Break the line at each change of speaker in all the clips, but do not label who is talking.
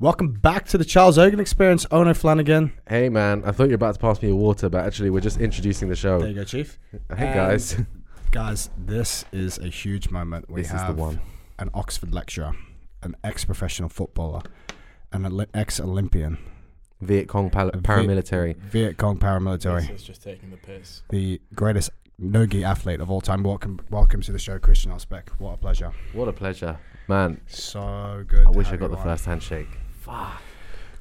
Welcome back to the Charles Hogan Experience. Ono Flanagan.
Hey man, I thought you were about to pass me a water, but actually we're just introducing the show.
There you go, Chief.
Oh. Hey
Um,
guys,
Guys, this is a huge moment. We
This is the
have
one.
an Oxford lecturer, an ex-professional footballer, an Oli- ex-Olympian,
Viet Cong pal-
Viet-
paramilitary.
Viet Cong paramilitary,
It's just taking the piss.
the greatest nogi athlete of all time. Welcome, welcome to the show, Christian Osbeck. What a pleasure.
What a pleasure, man.
So good.
I
to
wish I
have
got
you
the
on.
first handshake.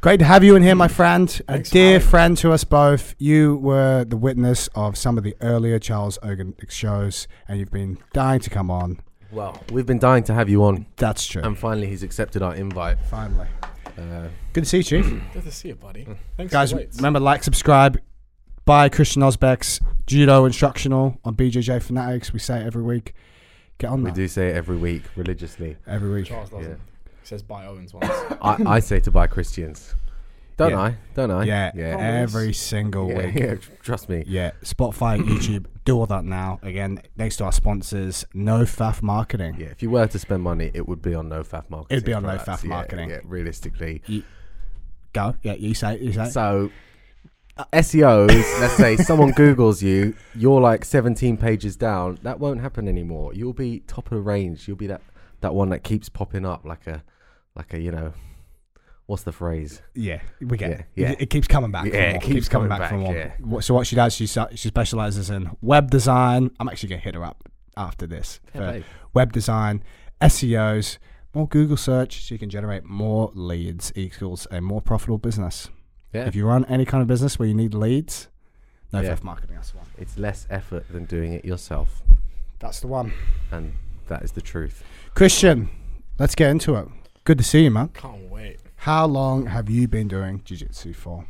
Great to have you in here, my friend. A
Thanks for
dear
having me.
friend to us both. You were the witness of some of the earlier Charles Ogan shows, and you've been dying to come on.
Well, we've been dying to have you on,
That's true.
and finally he's accepted our invite.
Finally.
Uh,
Good to see you, Chief.
Good to see you, buddy. Thanks,
Guys,
For the waits.
remember, like, subscribe, buy Christian Osbeck's Judo Instructional on BJJ Fanatics. We say it every week. Get on
we
that.
do say it every week religiously.
Every week.
Charles doesn't.
Yeah.
He says buy Owens once.
I, I say to buy Christians, don't
Yeah.
I? Don't I?
Yeah,
yeah,
every single
yeah,
week.
yeah, Trust me.
Yeah, Spotify, YouTube, do all that now. Again, thanks to our sponsors, No Faff Marketing.
Yeah, if you were to spend money, it would be on no faff marketing.
be on no
products.
faff
Yeah,
marketing.
Yeah, realistically.
Go. Yeah, you say it, you say it.
So, uh, SEOs, let's say someone Googles you, you're like 17 pages down. That won't happen anymore. You'll be top of the range. You'll be that, that one that keeps popping up like a, like a, you know, what's the phrase?
Yeah, we get
Yeah,
it.
yeah.
It, it keeps coming back. for
Yeah, it
more.
keeps coming back,
for more.
yeah.
What- So what she does, she sa- she specializes in web design. I'm actually gonna hit her up after this.
Fair
for
play.
web design, SEOs, more Google search, so you can generate more leads equals a more profitable business.
Yeah.
If you run any kind of business where you need leads, no
Yeah.
faff marketing. That's the one.
It's less effort than doing it yourself.
That's the one.
And that is the truth.
Christian, let's get into it. Good to see you, man.
Can't wait.
How long have you been doing jiu-jitsu for?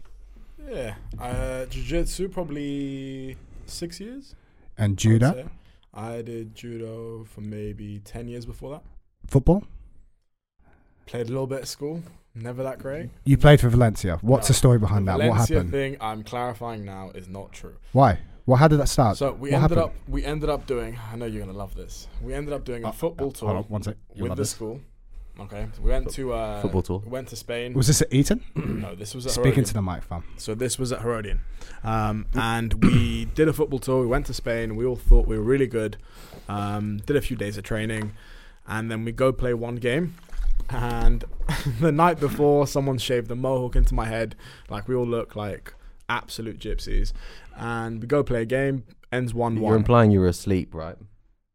Yeah. Uh, Jiu Jitsu probably six years.
And
I would
judo,
say. I did judo for maybe ten years before that.
football.
Played a little bit at school. Never that great.
You played for Valencia. What's
No.
the story behind that? what
Valencia
happened?
thing I'm clarifying now is not true.
Why? Well, how did that start?
So we
Uh, what
ended
happened?
up we ended up doing. I know you're gonna love this. We ended up doing
Uh,
a football
Hold on,
tour
one sec. You'll
with
love
the
this.
school. Okay, so we went to uh,
Football tour.
We went to Spain.
Was this at Eton?
no, this was at
Speaking
Herodian.
to the mic, fam.
So this was at Herodian, um,
Mm.
and we did a football tour. We went to Spain. We all thought we were really good. Um, did a few days of training, and then we go play one game. And the night before, someone shaved the mohawk into my head. Like we all look like absolute gypsies. And we go play a game. Ends one
You're
one.
implying you were asleep, right?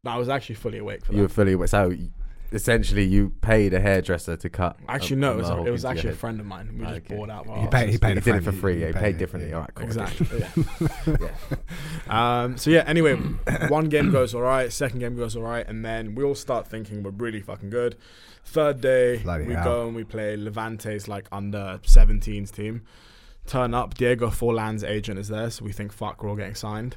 I was actually fully awake for
You were
that.
fully awake. So, y- essentially, you paid a hairdresser to cut. a-
Actually, no,
a
it was,
mohawk
it
into
was
your
actually a
head.
friend of mine. We just
Okay.
bored out. of our
He
arses.
paid- he paid
He
a
did it
friend.
for
He-
free. Yeah,
he
he
paid
paid
it,
differently.
yeah.
All right, cool.
Exactly. yeah.
Yeah.
Um, so yeah. Anyway, one game goes all right. Second game goes all right, and then we all start thinking we're really fucking good. Third day,
Bloody
we
hell.
go and we play Levante's like under 17s team. Turn up, Diego Forlan's agent is there, so we think fuck, we're all getting signed.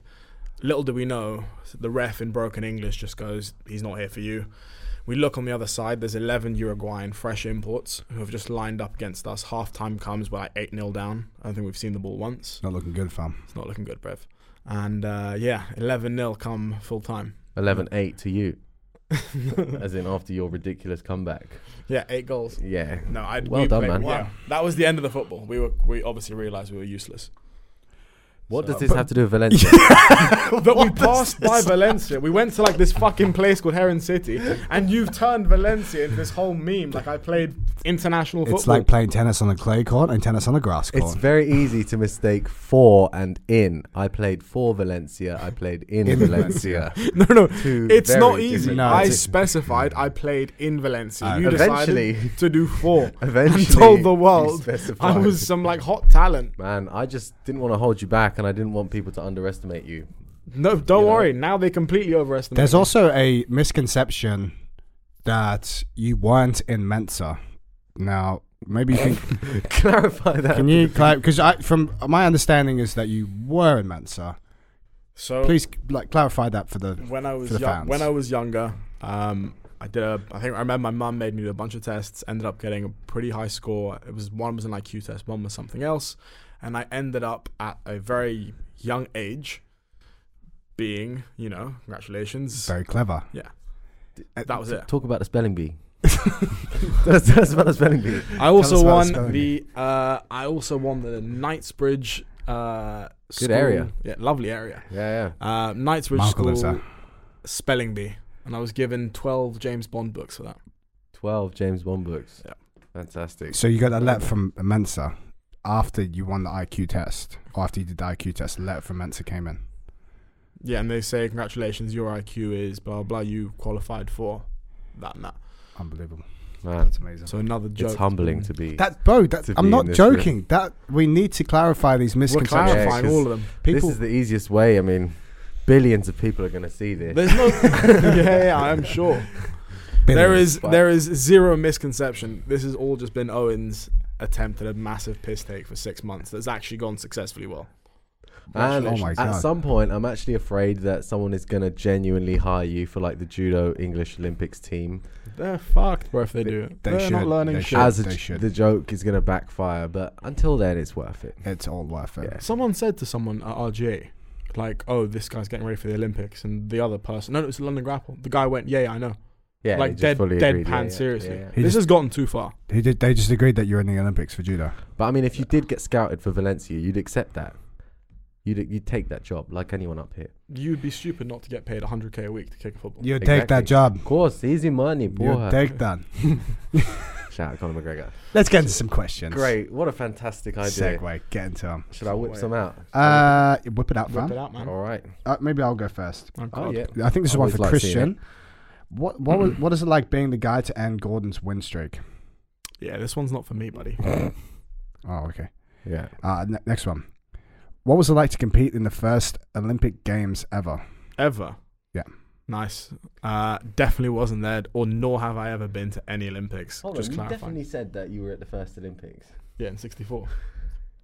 Little do we know, the ref in broken English just goes, "He's not here for you." We look on the other side. There's 11 Uruguayan fresh imports who have just lined up against us. Half time comes, we're like eight 0 down. I don't think we've seen the ball once.
Not looking good, fam.
It's not looking good, Brev. And uh, yeah, 11 0 come full time.
11 8 to you, as in after your ridiculous comeback.
Yeah, eight goals.
Yeah.
No, I
Well
we
done,
played-
man.
yeah. that was the end of the football. We were we obviously realized we were useless.
What
So-
does this have to do with Valencia?
But we passed by Valencia. We went to like this fucking place called Heron City, and you've turned Valencia into this whole meme. Like I played international football.
It's like playing tennis on a clay court and tennis on a grass court.
it's very easy to mistake for and in. I played for Valencia. I played in,
In
Valencia.
no, no,
Two
it's
very
not easy.
different
No,
I
it's-
specified I played in Valencia.
Uh,
you
eventually-
decided to do four.
Eventually,
and told the
you
world I
specified.
was some like hot talent.
Man, I just didn't want to hold you back, and I didn't want people to underestimate you.
No, don't
know?
worry. Now they completely overestimate.
There's
me.
also a misconception that you weren't in Mensa. Now, maybe you can
Clarify that.
can you because I from my understanding is that you were in Mensa.
so
Please like clarify that for the
when I
for
was
the
young,
fans.
when I was younger, um, I did a. I think I remember my mum made me do a bunch of tests. Ended up getting a pretty high score. It was one was an IQ test, one was something else, and I ended up at a very young age being, you know, congratulations.
very clever.
yeah, that was it.
Talk about the spelling bee. tell, us, tell us about the spelling bee.
I
us
also
about
won
Scone.
the. Uh, I also won the Knightsbridge. Uh,
Good area.
school- Yeah, lovely area.
Yeah,
Uh, Knightsbridge
My uncle lives
School
there.
spelling bee, and I was given twelve James Bond books for that.
twelve James Bond books.
Yeah.
fantastic.
So you got a letter from Mensa after you won the IQ test, or after you did the IQ test. A letter from Mensa came in.
Yeah, and they say congratulations, your IQ is blah blah. You qualified for that and that.
Unbelievable.
Man,
That's amazing.
So another joke.
it's humbling to be.
that bro, that,
To be
I'm
in
not
this room.
joking. That we need to clarify these
We're
misconceptions.
Yeah,
clarifying
'cause
all of them.
People,
this is the easiest way. I mean, billions of people are going to see this.
There's no. yeah, yeah, I'm sure. There is
but-
there is zero misconception. This has all just been Owen's attempt at a massive piss take for six months. That's actually gone successfully well.
And
Oh my
at
God.
some point, I'm actually afraid that someone is going to genuinely hire you for like the judo English Olympics team.
They're fucked, bro. If they do,
They
are
should.
not learning
They
shit.
should.
As a
they
j- the joke is going to backfire, but until then, it's worth it.
it's all worth it.
Yeah.
Someone said to someone at RGA, like, "Oh, this guy's getting ready for the Olympics," and the other person, no, no, it was London Grapple. The guy went, "Yeah, yeah I know."
Yeah,
Like
you just
dead-
fully
deadpan
agreed, yeah, yeah,
seriously.
yeah, yeah.
He
this
just-
has gotten too far.
He did, they just agreed that you're in the Olympics for judo.
But I mean, if you did get scouted for Valencia, you'd accept that. You'd you'd take that job like anyone up here.
You'd be stupid not to get paid 100k a week to kick a football.
You take
Exactly.
that job.
Of course, easy money,
You
boy.
take that.
Shout out Conor McGregor.
Let's get into some questions.
Great, what a fantastic idea.
segue. Get into them.
Should I whip
Wait.
some out?
Uh, whip it out,
Whip it
man.
out, man.
All right.
Uh, maybe I'll go first.
Oh,
Oh
God.
yeah.
I think this is one
Always
for
like seeing
Christian. What what was, what is it like being the guy to end Gordon's win streak?
Yeah, this one's not for me, buddy.
Oh, okay.
Yeah.
Uh, ne- next one. What was it like to compete in the first Olympic Games ever?
Ever.
Yeah.
Nice. Uh, definitely wasn't there, or nor have I ever been to any Olympics. Just clarifying.
said that you were at the first Olympics.
Yeah, in '64.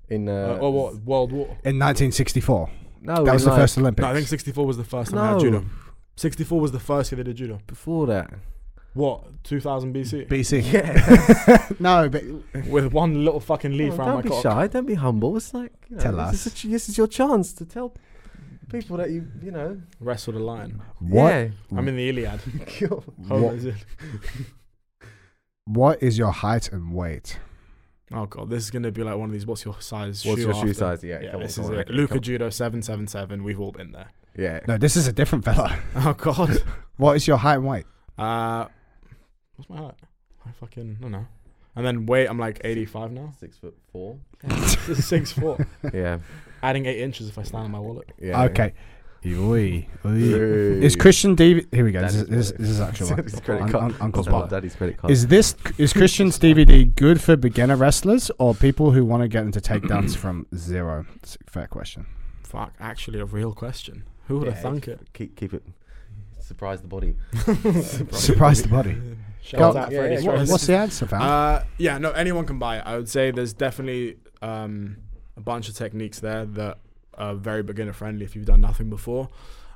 In uh,
Uh, or what? World War.
In 1964.
No,
that was
in,
the
like,
first Olympics.
No, I think '64 was the first time
No,
they had judo. '64 was the first year they did judo.
before that.
What? 2000 BC.
BC.
Yeah.
no, but
With one little fucking leaf around my
Oh, don't be
cock.
shy. Don't be humble. It's like you know,
Tell
this Is
us.
a ch- this is your chance to tell people that you you know.
Wrestled a lion.
what
I'm in the Iliad.
Yeah.
what,
Homer's Il-
what is your height and weight?
Oh god, this is gonna be like one of these. What's your size?
What's
shoe
your shoe
after?
size? Yeah.
Yeah,
come on,
this
come
is
on,
it.
come-
Luca
come-
Judo seven seven seven. We've all been there.
Yeah.
No, this is a different fella.
Oh god.
What is your height and weight?
uh, what's my height? I fucking don't know. And then weight, I'm like 85 now.
Six foot four.
Six four.
yeah.
Adding eight inches if I stand on my wallet.
Yeah.
Okay. Oi, oi.
Ooh.
Is Christian DVD? Here we go. This
That
is, this,
is what it
this is actually one.
His credit
Un-
card.
un- Uncle's
Dad's-
wallet.
Daddy's credit card.
Is this is Christian's DVD good for beginner wrestlers or people who want to get into takedowns from zero? It's a fair question.
Fuck, actually a real question. Who would have
Yeah,
thunk it?
keep keep it? Surprise the body.
Surprise the body.
Shout
Go-
out
yeah,
Freddie
yeah,
What-
Strauss.
what's the answer, Val?
Uh, yeah, no, anyone can buy it. I would say there's definitely um, a bunch of techniques there that are very beginner friendly if you've done nothing before.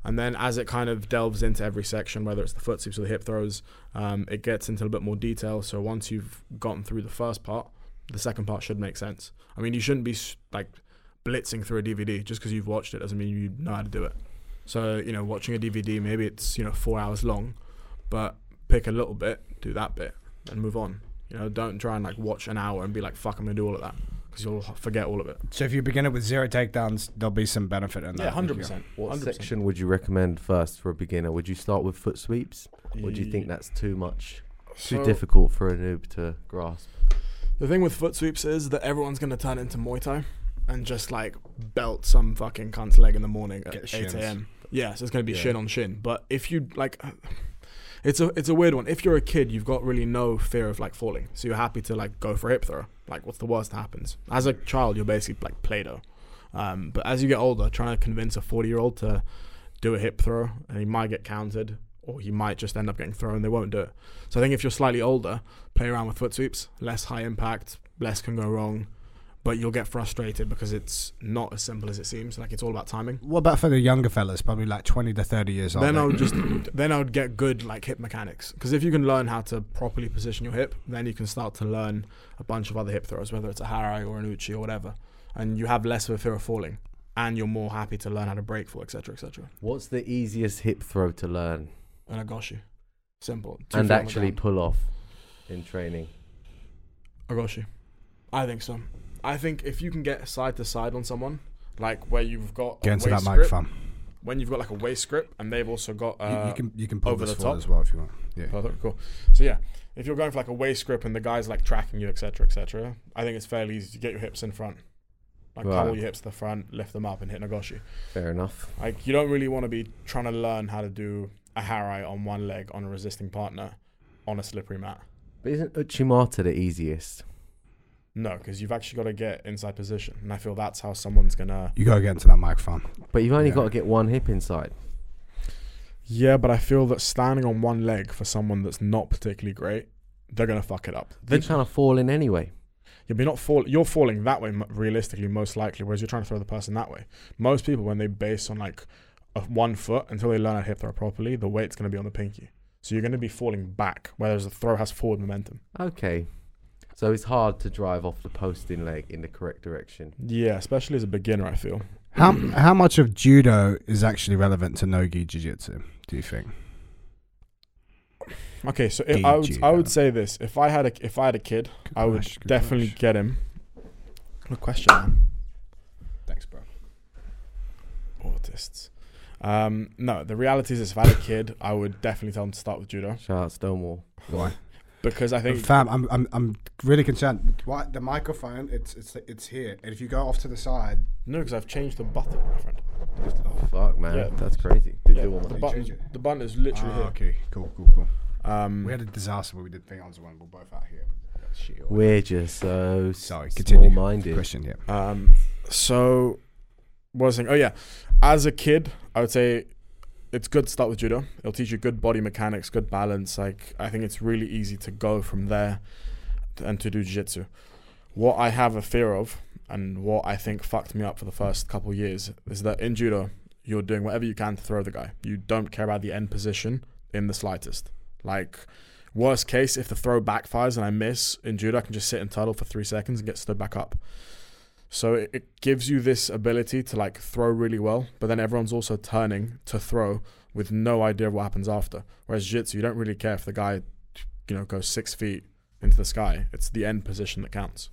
And then as it kind of delves into every section, whether it's the foot sweeps or the hip throws, um, it gets into a bit more detail. So once you've gotten through the first part, the second part should make sense. I mean, you shouldn't be s- like blitzing through a DVD just because you've watched it doesn't mean you know how to do it. So you know, watching a DVD, maybe it's you know four hours long, but pick a little bit, do that bit, and move on. You know, don't try and like watch an hour and be like, "Fuck, I'm gonna do all of that," because you'll h- forget all of it.
so if you begin it with zero takedowns, there'll be some benefit in that.
What section would you recommend first for a beginner? Would you start with foot sweeps, or do you
Mm.
think that's too much, too
So-
difficult for a noob to grasp?
The thing with foot sweeps is that everyone's gonna turn into Muay Thai and just like belt some fucking cunt's leg in the morning at
Get shins.
eight a.m. Yeah, so it's gonna be
Yeah.
shin on shin. But if you like, it's a it's a weird one. If you're a kid, you've got really no fear of like falling, so you're happy to like go for a hip throw. Like, what's the worst that happens? As a child, you're basically like Play-Doh. Um, but as you get older, trying to convince a 40 year old to do a hip throw, and he might get countered, or he might just end up getting thrown. They won't do it. So I think if you're slightly older, play around with foot sweeps, less high impact, less can go wrong, but you'll get frustrated because it's not as simple as it seems. Like it's all about timing.
What about for the younger fellas, probably like 20 to 30 years old?
Then I would just then I would get good like hip mechanics because if you can learn how to properly position your hip, then you can start to learn a bunch of other hip throws, whether it's a harai or an uchi or whatever, and you have less of a fear of falling, and you're more happy to learn how to break for etc etc.
What's the easiest hip throw to learn
And I got you, simple.
and
Two feet on the
actually
ground.
pull off? in training?
Agoshi. I think so. I think if you can get side to side on someone, like where you've got
Get
a
into
waist
that
grip,
microphone.
when you've got like a waist grip and they've also got
You-
uh,
you, can you can pull
over
this
the
forward
top.
as well if you want. Yeah.
Perfect, cool. So yeah, if you're going for like a waist grip and the guy's like tracking you, etc., etc., I think it's fairly easy to get your hips in front, like
Right.
double your hips to the front, lift them up, and hit Nagoshi.
Fair enough.
Like you don't really want to be trying to learn how to do a harai on one leg on a resisting partner on a slippery mat.
But isn't Uchimata the easiest?
No, because you've actually got to get inside position, and I feel that's how someone's gonna.
You gotta get into that microphone.
But you've only
Yeah.
got to get one hip inside.
Yeah, but I feel that standing on one leg for someone that's not particularly great, they're gonna fuck it up.
They kind of fall in anyway.
You're not fall. You're falling that way mo- realistically, most likely. Whereas you're trying to throw the person that way. Most people, when they base on like a one foot until they learn how to hip throw properly, the weight's going to be on the pinky. So you're going to be falling back, whereas the throw has forward momentum.
Okay. So it's hard to drive off the posting leg in the correct direction.
Yeah, especially as a beginner, I feel.
How how much of judo is actually relevant to no gi jiu jitsu? Do you think?
Okay, so if I would I
Judo.
would say this: if I had a if I had a kid,
Good
I would
question, good
definitely
question.
get him. Good question. man.
Thanks, bro.
Autists. Um, no, the reality is, if I had a kid, I would definitely tell him to start with judo
Shout out Stonewall.
Why?
because I think
Fam, I'm, I'm I'm really concerned. Why the microphone? It's it's it's here, and if you go off to the side, Ah,
no, because I've changed the button, my friend.
Fuck, man.
Yeah.
That's crazy. Do,
Yeah,
do one
the,
more.
change
button,
Oh, it?
the button is literally
Ah,
here.
okay, cool, cool, cool.
Um,
We had a disaster where we did things when we're both out here. Shit.
We're just so
Sorry, continue.
small minded.
Question, yeah.
um, so, what was I saying? Oh, yeah. As a kid, I would say it's good to start with judo. It'll teach you good body mechanics, good balance. Like, I think it's really easy to go from there t- and to do jiu-jitsu. What I have a fear of and what I think fucked me up for the first couple of years is that in judo, you're doing whatever you can to throw the guy. You don't care about the end position in the slightest. Like, worst case, if the throw backfires and I miss in judo, I can just sit and turtle for three seconds and get stood back up. So it, it gives you this ability to like throw really well, but then everyone's also turning to throw with no idea of what happens after. Whereas jiu-jitsu, you don't really care if the guy, you know, goes six feet into the sky. It's the end position that counts.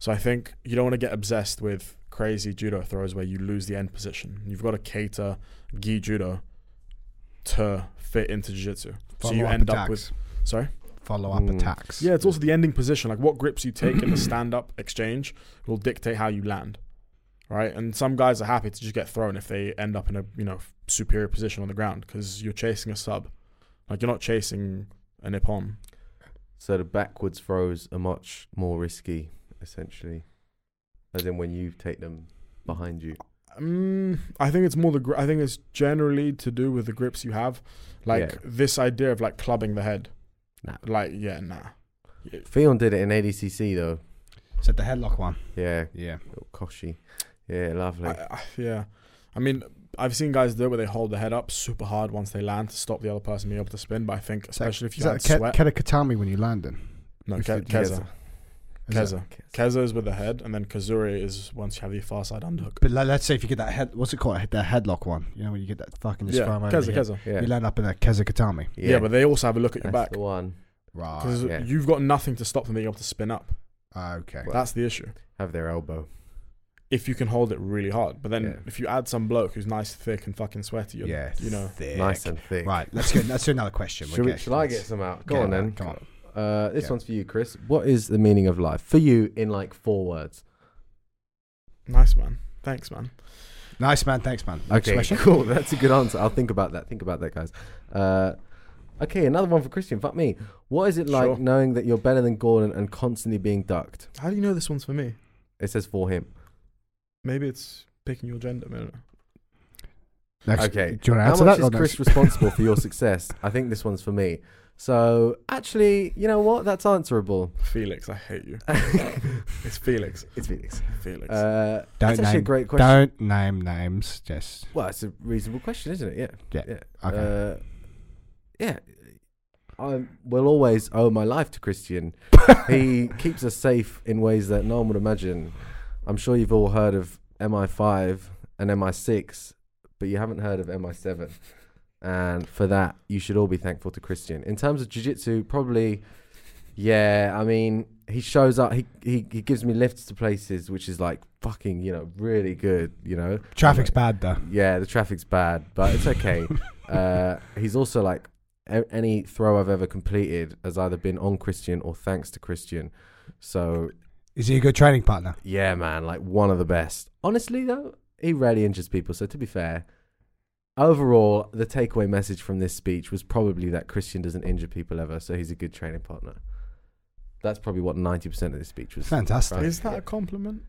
So I think you don't want to get obsessed with crazy judo throws where you lose the end position. You've got to cater gi judo to fit into jiu-jitsu. So you
Follow-up
end up
attacks.
with sorry.
follow up
Mm.
attacks.
Yeah, it's also the ending position. Like what grips you take in the stand up exchange will dictate how you land. Right? And some guys are happy to just get thrown if they end up in a, you know, superior position on the ground because you're chasing a sub. Like you're not chasing a Nippon.
So the backwards throws are much more risky, essentially. As in when you take them behind you.
Um, I think it's more the gri- I think it's generally to do with the grips you have. Like
Yeah.
this idea of like clubbing the head.
Nah.
Like yeah, nah.
Theon did it in ADCC though.
Said the headlock one.
Yeah,
Yeah.
little Koshi. Yeah, lovely.
I, I, yeah. I mean, I've seen guys do it where they hold the head up super hard once they land to stop the other person being able to spin. But I think, especially if you had
Ke-
sweat,
Katakatami when you're landing?
no,
if
Ke-
it-
Keza,
Is that-
Keza, Keza is with the head, and then Kazuri is once you have the far side underhook.
But like, let's say if you get that head, what's it called? The headlock one. You know when you get that fucking just
Yeah,
throw 'em over
Keza,
the head.
Keza.
Yeah.
You land up in a Kazakatami.
Yeah. but they also have a look at your
that's
back
the one.
Right.
because
Yeah.
you've got nothing to stop them being able to spin up.
Okay.
That's the issue.
Have their elbow.
If you can hold it really hard, but then
Yeah.
if you add some bloke who's nice, thick, and fucking sweaty, you're,
yeah.
you know,
thick.
Nice and thick.
Right. Let's go. Let's do another question.
Should, we,
Okay,
shall I
let's-
get some out? Go
Okay,
on then.
Come on.
Uh, this
Yeah.
one's for you, Chris. What is the meaning of life for you in like four words?
nice man. Thanks, man.
Nice man. Thanks man. Next
Okay,
question.
cool. That's a good answer. I'll think about that. Think about that, guys. Uh, okay, another one for Christian. Fuck me. What is it like
Sure.
knowing that you're better than Gordon and constantly being ducked?
How do you know this one's for me?
It says for him.
Maybe it's picking your gender. Maybe.
Next.
Okay.
Do you want to
How
answer
much
that?
is
or next?
Chris responsible for your success? I think this one's for me. So actually, you know what? That's answerable.
Felix, I hate you.
it's
It's Felix.
Felix.
Felix.
Uh,
Don't
that's actually a
name.
great question.
Don't name names. Just
Well, it's a reasonable question, isn't it? Yeah.
Yeah. okay.
Uh, yeah. I will always owe my life to Christian. he keeps us safe in ways that no one would imagine. I'm sure you've all heard of MI5 and MI6, but you haven't heard of MI7. And for that, you should all be thankful to Christian. In terms of jiu jitsu, probably Yeah, I mean, he shows up. He, he he gives me lifts to places, which is like fucking, you know, really good. You know,
Traffic's bad though.
yeah, the traffic's bad, but it's okay. uh, he's also like a- any throw I've ever completed has either been on Christian or thanks to Christian. So
Is he a good training partner?
yeah, man, like one of the best. Honestly though, he rarely injures people. So to be fair, overall, the takeaway message from this speech was probably that Christian doesn't injure people ever, so he's a good training partner. That's probably what ninety percent of this speech was.
Fantastic.
Right.
Is that a compliment?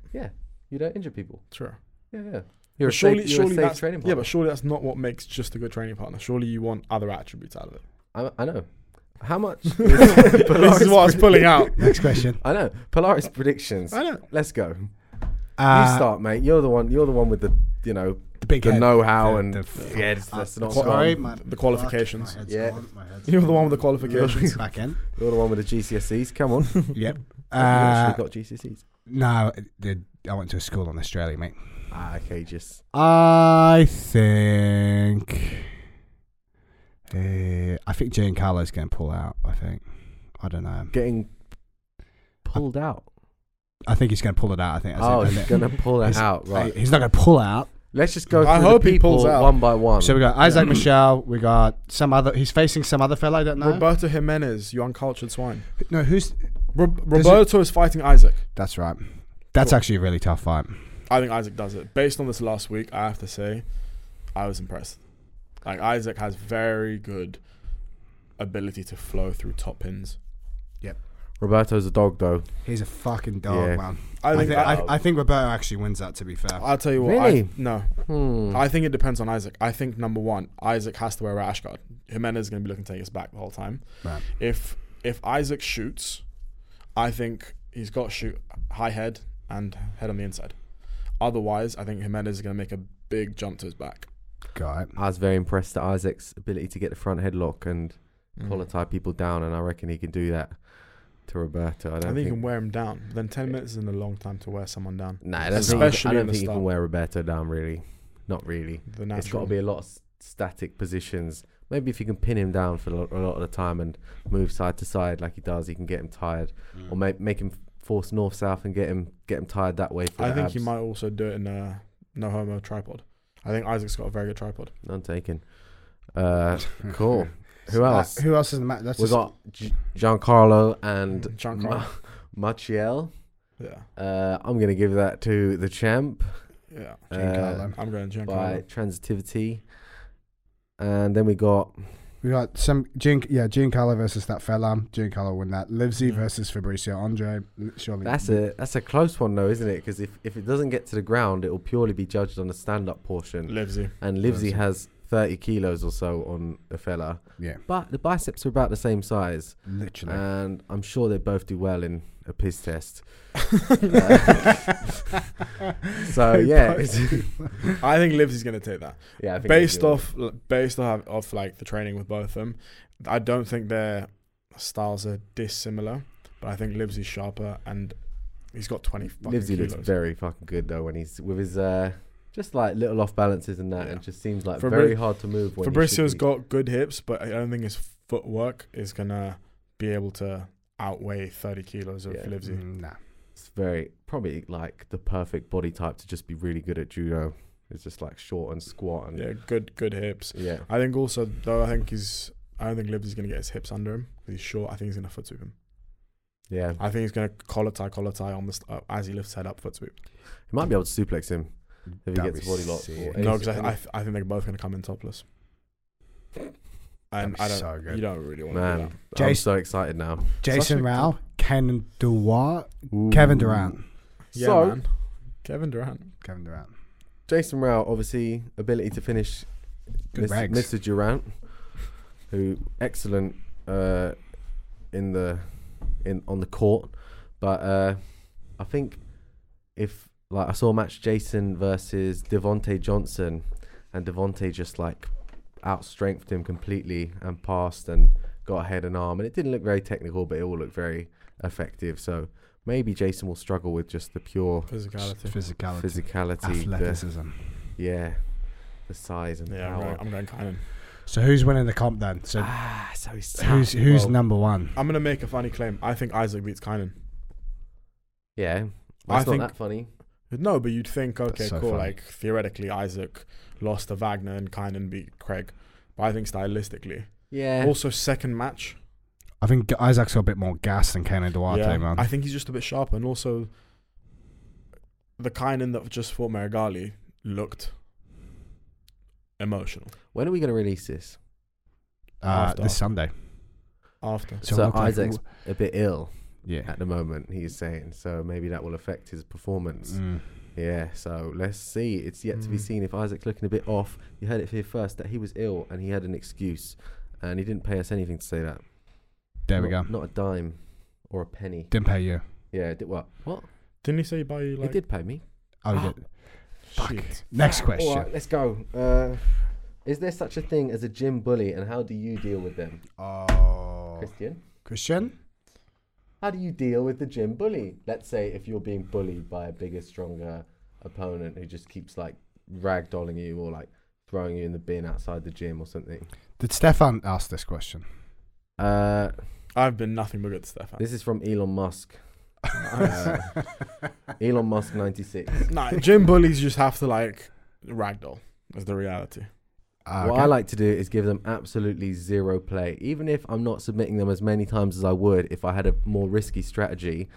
You don't injure people.
True.
Yeah, yeah. You're a
But surely-
safe, you're
surely
a safe
that's-
training
Yeah,
partner.
but surely that's not what makes just a good training partner. Surely you want other attributes out of it.
I, I know. How much?
this is what I was pulling out.
Next question.
I know. Polaris predictions.
I don't.
Let's go. you
Uh,
start, mate. You're the one. You're the one with the you know
the big
the
head.
know-how
The-
and
the f-
yeah, it's, that's
Uh,
not
Qua-
sorry.
sorry, my,
The qualifications.
fuck, my head's
Yeah.
gone, my head's
You're the one with the
gone.
qualifications.
Back in.
You're the one with the GCSEs. Come on.
Yep.
you
Uh,
actually got GCSEs.
no, the, I went to a school in Australia, mate.
Ah, okay. Just
I think. Uh, I think Giancarlo's going to pull out. I think. I don't know.
getting pulled out.
I think he's going to pull it out. I think. Uh, That's
Oh,
it,
he's
isn't
gonna pull it
He's-
out.
it?
Right.
He's not going to pull out.
Let's just go.
I
through the
hope he
people
pulls out.
one by one.
So we got Isaac
Yeah.
Michelle. We got some other. He's facing some other fellow. I don't know.
Roberto Jimenez, you uncultured swine.
no, who's?
Rob-
Does it-
Roberto is fighting Isaac.
That's right. That's
Cool.
actually a really tough fight.
I think Isaac does it. Based on this last week, I have to say, I was impressed. Like Isaac has very good ability to flow through top pins.
Roberto's a dog, though.
He's a fucking dog,
Yeah.
man.
I
I
think.
think,
I,
I, I think Roberto actually wins that. To be fair,
will tell you what. I,
Really?
no,
Hmm.
I think it depends on Isaac. I think number one, Isaac has to wear a rash guard. Jimenez is going to be looking to take us back the whole time.
Right.
If if Isaac shoots, I think he's got to shoot high head and head on the inside. Otherwise, I think Jimenez is going to make a big jump to his back.
got it.
I was very impressed at Isaac's ability to get the front headlock and
Mm.
collar tie people down, and I reckon he can do that to Roberto. I
I
don't
think,
think.
you can wear him down. Then ten minutes isn't a long time to wear someone down.
Nah, I don't think, you can,
Especially
I
in
don't
the
think you can
start.
wear Roberto down really. Not really.
The
It's got
natural.
to be a lot of s- static positions. Maybe if you can pin him down for a lot, a lot of the time and move side to side like he does, you can get him tired, or make make him force north south and get him get him tired that way. For
I
the
think
abs.
he might also do it in a no homo tripod. I think Isaac's got a very good tripod.
None taken. Uh, cool. Who
Uh,
else?
who else is in the match? That's
we
just-
got G- Giancarlo and
Giancarlo.
Ma- Maciel.
Yeah,
Uh, I'm gonna give that to the champ
yeah.
uh,
Giancarlo.
I'm going Giancarlo.
by transitivity, and then we got
We got some Gian, yeah, Giancarlo versus that fella. Giancarlo win that. Livesey
Yeah.
versus Fabricio Andre. Surely
Mm. that's a that's a close one though, isn't it? Because if, if it doesn't get to the ground, it will purely be judged on the stand up portion.
Livesey.
And Livesey
Livesey.
has 30 kilos or so on the fella,
yeah,
but the biceps are about the same size,
literally.
and I'm sure they both do well in a piss test. So yeah, it's-
I think Livesey's going to take that.
yeah. I think they
based
do.
off based off of like the training with both of them, I don't think their styles are dissimilar. But I think Livesey's sharper and he's got twenty fucking
Livesey
kilos.
looks very fucking good though when he's with his uh, just like little off balances and that,
Yeah.
and just seems like
Fabri-
very hard to move. When he should
Fabrizio's
be.
got good hips, but I don't think his footwork is gonna be able to outweigh thirty kilos of
Yeah.
Livesey.
Mm, nah.
It's very probably like the perfect body type to just be really good at judo. It's just like short and squat and yeah.
Yeah, good good hips. I think also though I think he's I don't think Livesey's gonna get his hips under him. 'cause He's short. I think he's gonna foot sweep him.
Yeah.
I think he's gonna collar tie collar tie on the st- uh, as he lifts head up foot sweep.
He might be able to suplex him if he
That'd
gets
be
a body lock.
sick.
or-
No, because I, I, th- I think they're both gonna come in topless.
That'd
And
be
I don't.
so good.
You don't really want to do
Man,
that.
I'm
Jace-
so excited now.
Jason
Such a-
Rao, Ken Duart, Kevin Durant.
Yeah,
so,
man. Kevin Durant.
Kevin Durant.
Jason Rao, obviously, ability to finish
Good
Mr.
rags.
Mr. Durant, who excellent uh, in the in on the court, but uh, I think if like I saw a match Jason versus Devonte Johnson, and Devonte just like outstrengthed him completely and passed and got a head and arm, and it didn't look very technical, but it all looked very effective. So maybe Jason will struggle with just the pure
Physicality.
Physicality.
physicality, the,
Athleticism.
yeah, the size and
Yeah,
power.
I'm going, I'm going Kynan.
So who's winning the comp then? So
Ah, so he's
who's who's
well,
number one?
I'm gonna make a funny claim. I think Isaac beats Kynan.
Yeah,
I
that's not
think-
that funny.
No, but you'd think, okay,
so
cool.
funny.
Like theoretically, Isaac lost to Wagner and Kynan beat Craig. But I think stylistically,
Eh.
Yeah,
also second match.
I think Isaac's got a bit more gas than Kenan Duarte,
yeah,
man.
I think he's just a bit sharper, and also the Kynan that just fought Marigali looked emotional
when are we going to release this?
uh,
After.
this Sunday.
after.
So
So,
it looked like-
Isaac's a bit ill
Yeah.
at the moment. He's saying so maybe that will affect his performance.
Mm.
Yeah, so let's see. It's yet to be
Mm.
seen if Isaac's looking a bit off. You heard it here first that he was ill and he had an excuse, and he didn't pay us anything to say that.
There we go.
Not- Not a dime or a penny.
Didn't pay you.
Yeah, did what? What?
Didn't he say by like?
He did pay me.
Oh, you
Ah.
did.
Fuck.
Next
All
question.
right, let's go. Uh, is there such a thing as a gym bully, and how do you deal with them,
Oh,
Christian?
Christian.
How do you deal with the gym bully? Let's say if you're being bullied by a bigger, stronger opponent who just keeps like ragdolling you or like throwing you in the bin outside the gym or something.
Did Stefan ask this question?
Uh,
I've been nothing but good, Stefan.
This is from Elon Musk. Uh, Elon Musk 96.
Nah, gym bullies just have to like ragdoll. Is the reality.
Ah,
What
okay.
I like to do is give them absolutely zero play. Even if I'm not submitting them as many times as I would if I had a more risky strategy,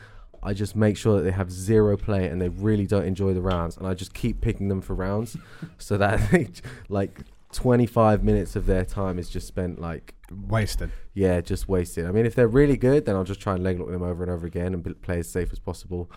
I just make sure that they have zero play and they really don't enjoy the rounds. And I just keep picking them for rounds so that they, j- like 25 minutes of their time is just spent like,
Wasted.
yeah, just wasted. I mean, if they're really good, then I'll just try and leg lock them over and over again and b- play as safe as possible.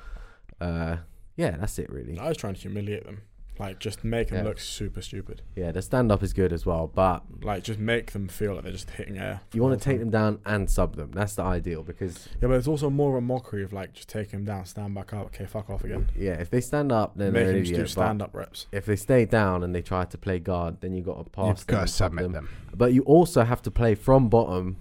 Uh, yeah, that's it really.
I was trying to humiliate them, like just make them
Yeah.
look super stupid,
Yeah, the stand up is good as well, but
like just make them feel like they're just hitting air.
you want
all
to take them
time.
down and sub them. That's the ideal because
Yeah, but it's also more of a mockery of like just take them down, stand back up, okay, fuck off again.
yeah, if they stand up, then
make
they're an
them just do
idiot. But
stand up reps.
if they stay down and they try to play guard, then you got to pass.
You've got
them,
to
sub
submit them.
But you also have to play from bottom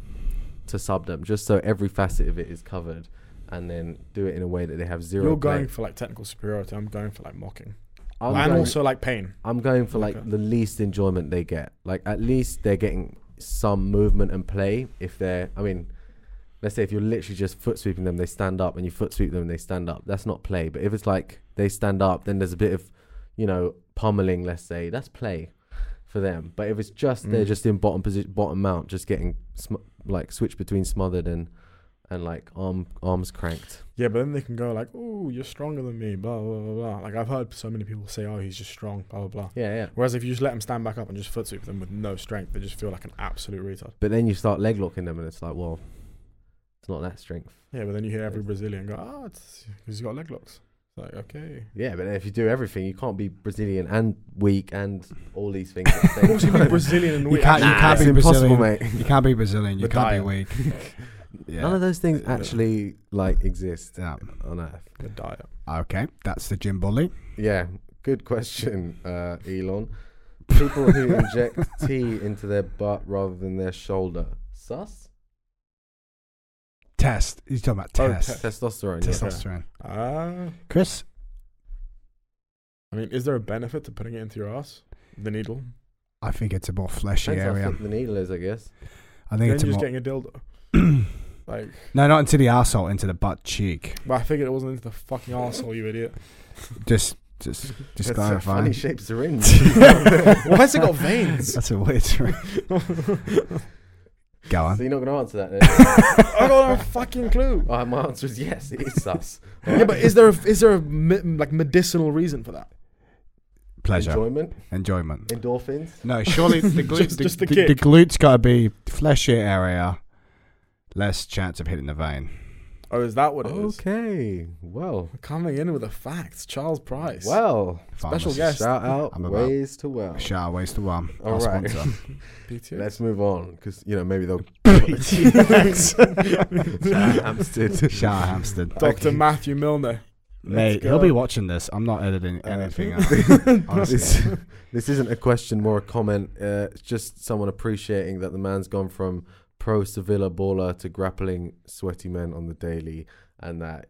to sub them, just so every facet of it is covered, and then do it in a way that they have 0
You're
play.
going for like technical superiority. I'm going for like mocking,
I'm
and
going-
also like pain.
I'm going for like
Okay.
the least enjoyment they get. Like at least they're getting some movement and play. If they're, I mean, let's say if you're literally just foot sweeping them, they stand up, and you foot sweep them, and they stand up. That's not play. But if it's like they stand up, then there's a bit of, you know, pummeling. Let's say that's play for them. But if it's just they're
Mm.
just in bottom position, bottom mount, just getting sm- like switch between smothered and and like arm arms cranked.
Yeah, but then they can go like, "Oh, you're stronger than me," blah blah blah. blah. Like I've heard so many people say, "Oh, he's just strong," blah blah blah.
Yeah, yeah.
Whereas if you just let them stand back up and just foot sweep them with no strength, they just feel like an absolute retard.
But then you start leg locking them, and it's like, well, it's not that strength.
Yeah, but then you hear every Brazilian go, "Ah, it's because he's got leg locks." It's like, okay.
Yeah, but if you do everything, you can't be Brazilian and weak and all these things. At the same
What was he
time.
being Brazilian and
You
weak?
can't- you
Nah,
can't
it's
be
impossible,
Brazilian.
mate.
You can't be Brazilian. You
The
can't
diet.
be weak.
None
yeah.
of those things
Yeah.
actually like exist
yeah.
on Earth.
The diet.
Okay, that's the gym bully.
Yeah, good question, uh, Elon. People who inject tea into their butt rather than their shoulder. Sus?
Test. He's talking about
Oh,
test.
te-
Testosterone. yeah.
Testosterone.
Ah,
Chris,
I mean, is there a benefit to putting it into your ass? The needle.
I think it's a more fleshy
Depends how
area.
thick the needle is, I guess.
I
Then
think
you're
it's a
just
more.
getting a dildo. Like,
no, not into the asshole, into the butt cheek.
but I figured it wasn't into the fucking asshole, you idiot.
Just, just, just
That's a
clarifying.
funny shaped syringe.
Why has it got veins?
That's a weird. Go
So
on.
you're not going to answer that then?
I got no fucking clue.
Uh, my answer is yes, it is sus.
Yeah, but is there a, is there a me- like medicinal reason for that?
Pleasure,
Enjoyment,
enjoyment.
endorphins.
No, surely the glutes.
Just-
the,
just the
the,
kick.
the glutes got to be fleshy area, less chance of hitting the vein.
Or is that what it is?
Okay, well,
Coming in with the facts, Charles Price.
well.
Special
Pharmacist.
guest.
Shout out
I'm about-
ways to well.
Shower waste of one.
All
Our
right.
sponsor.
PTX.
Let's move on because you know maybe they'll Hampstead.
Shower Hampstead.
Dr. Matthew Milner.
Mate,
Let's
he'll be
go.
watching this. I'm not editing
Uh,
anything out.
this,
Honestly.
this isn't a question, more a comment. Uh, it's just someone appreciating that the man's gone from pro Sevilla baller to grappling sweaty men on the daily, and that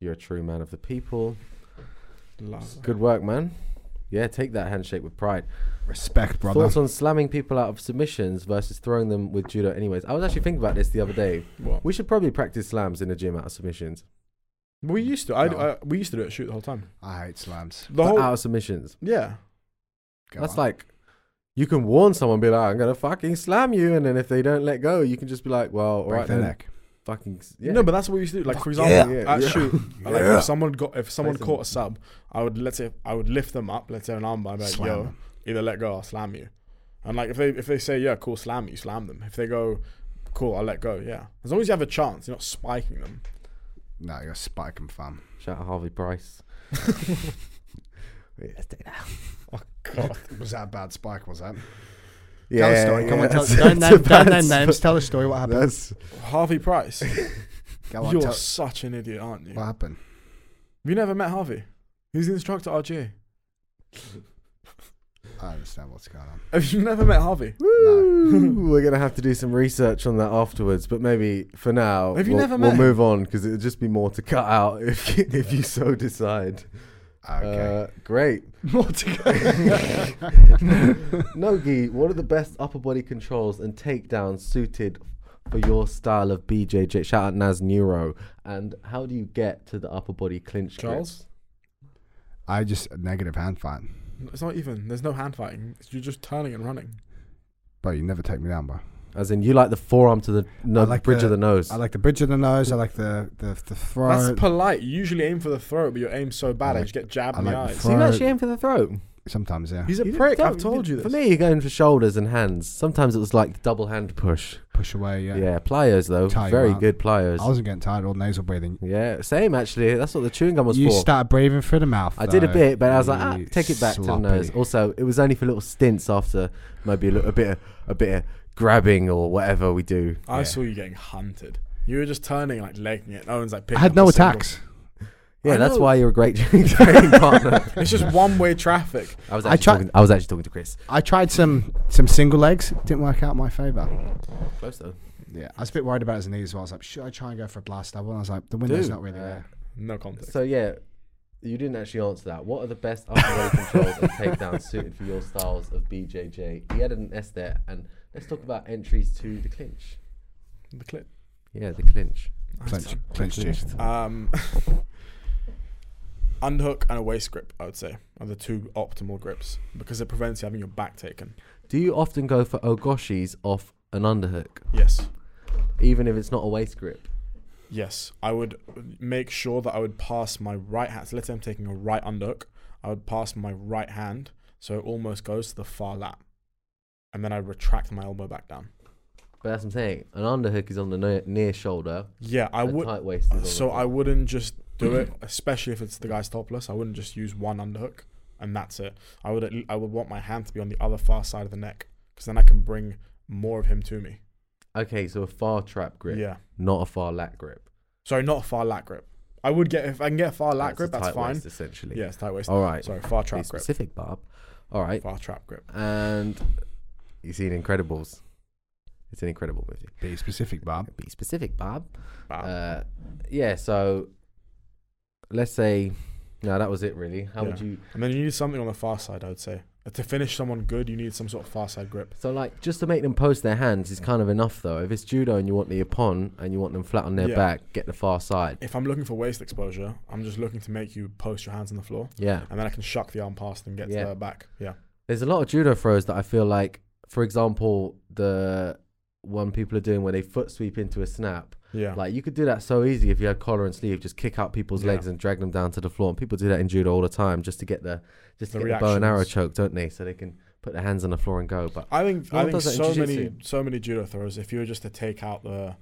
you're a true man of the people.
Love.
Good work, man. Yeah, take that handshake with pride.
Respect, brother.
Thoughts on slamming people out of submissions versus throwing them with judo anyways. I was actually thinking about this the other day.
What?
We should probably practice slams in the gym out of submissions.
We used to. I,
No. uh,
I- we used to do it shoot the whole time.
I hate slams.
The
But
whole
out of submissions.
yeah.
Go
That's
on.
like you can warn someone, be like, I'm gonna fucking slam you, and then if they don't let go, you can just be like, Well, all
break
right,
the
then
neck.
fucking s- yeah.
No, but that's what we used to do. Like for
Fuck
example,
yeah.
at
Yeah.
shoot, like
Yeah.
if someone got if someone
Place them.
caught a sub, I would let's say I would lift them up, let's say an armbar, I'd be like
Slam
yo,
them.
either let go or slam you. And like if they if they say yeah, cool, slam you, slam them. If they go, cool, I'll let go. Yeah, as long as you have a chance, you're not spiking them.
No, you're spike and fam.
shout out Harvey Price.
God, was that a bad spike? Was that?
Yeah,
tell a story. Come on,
yeah,
tell.
that's-
Don't
that's
name,
a bad
don't name
sp-
names. Tell the story. What happened?
That's
Harvey Price,
Go on.
you're
Tell,
such an idiot, aren't you?
what happened?
Have you never met Harvey? He's the instructor at RGA.
I understand what's going on.
Have you never met Harvey?
Woo! We're gonna have to do some research on that afterwards, but maybe for now,
Have you
we'll,
never
we'll
met him?
move on because it'll just be more to cut out if you, if you so decide.
Okay.
Uh, great.
More to go.
Uh, Nogi, what are the best upper body controls and takedowns suited for your style of BJJ? Shout out Naz Neuro. And how do you get to the upper body clinch? grip?
Charles?
I just negative hand fight,
It's not even. There's no hand fighting. It's- You're just turning and running.
but you never take me down, bro.
As in, you like the forearm to the no,
I like
bridge
the-
of the nose.
I like the bridge of the nose. I like the the the
That's
throat.
polite. You usually aim for the throat, but you aim so bad
I
I
like-
just get jabbed
I
in
like the
the eyes.
so you
throat.
actually aim for the throat.
Sometimes, yeah.
He's a
You
prick.
don't-
I've told you this.
For me, you're going for shoulders and hands. Sometimes it was like double hand push.
Push away. Yeah.
Yeah, pliers though.
Tie you
Very
up.
good pliers.
I wasn't getting tired. All nasal breathing.
yeah, same actually. That's what the chewing gum was
You
for.
started breathing through the mouth.
I did a
though.
bit, but I was like, ah,
You
take it back to the nose.
sloppy.
Also, it was only for little stints after maybe a, little, a bit of, a bit of grabbing or whatever we do.
I
Yeah.
saw you getting hunted. You were just turning, like legging it. No one's like
I
picking.
had
up
no
a single-
attacks.
Yeah,
I
that's
know.
why you're a great training partner.
It's just one way traffic.
I was
I
actually
tried-
talking, I was actually talking to Chris.
I tried some some single legs. Didn't work out in my favour.
Close though.
Yeah, I was a bit worried about his knees. As well. I was like, should I try and go for a blast double? And I was like, the window's
Dude,
not really
uh,
there.
No context.
So yeah, you didn't actually answer that. What are the best upper body controls and takedowns suited for your styles of BJJ? He had an S there, and let's talk about entries to the clinch.
The clip.
Yeah, the clinch.
Clinch, clinch, clinch.
Um, underhook and a waist grip, I would say, are the two optimal grips because it prevents you having your back taken.
Do you often go for ogoshis off an underhook,
Yes.
even if it's not a waist grip?
Yes, I would make sure that I would pass my right hand. So let's say I'm taking a right underhook, I would pass my right hand so it almost goes to the far lap, and then I retract my elbow back down.
But that's what I'm saying. An underhook is on the near, near shoulder.
Yeah, I
I
would.
tight waist is on the
So I
top.
wouldn't just do it, especially if it's the guy's topless. I wouldn't just use one underhook and that's it. I would at l- I would want my hand to be on the other far side of the neck because then I can bring more of him to me.
Okay, so a far trap grip,
Yeah.
not a far lat grip.
Sorry, not a far lat grip. I would get if I can get a far lat
That's a
grip, that's
tight
fine.
waist, essentially.
Yes, tight waist.
All right.
Sorry, far
Be
trap grip.
specific, Barb. All right.
Far trap grip.
And you see an Incredibles. It's an incredible movie.
Be specific, Bob.
Be specific, Barb.
Wow.
Uh, yeah. So let's say. No, that was it really. How would
Yeah.
you?
and then you need something on the far side. I would say Uh, to finish someone good, you need some sort of far side grip.
So like, just to make them post their hands is kind of enough though. If it's judo and you want the upon and you want them flat on their
Yeah.
back, get the far side.
If I'm looking for waist exposure, I'm just looking to make you post your hands on the floor,
Yeah.
and then I can shuck the arm past and get
Yeah.
to their back. Yeah.
There's a lot of judo throws that I feel like, for example, the one people are doing where they foot sweep into a snap.
Yeah.
Like you could do that so easy if you had collar and sleeve, just kick out people's
Yeah.
legs and drag them down to the floor. And people do that in judo all the time just to get the just to
The
get the bow and arrow
reactions.
choke, don't they? So they can put their hands on the floor and go. But
I think
No
I
one
think
does that
so
in
many
jiu-jitsu.
so many judo throws. If you were just to take out the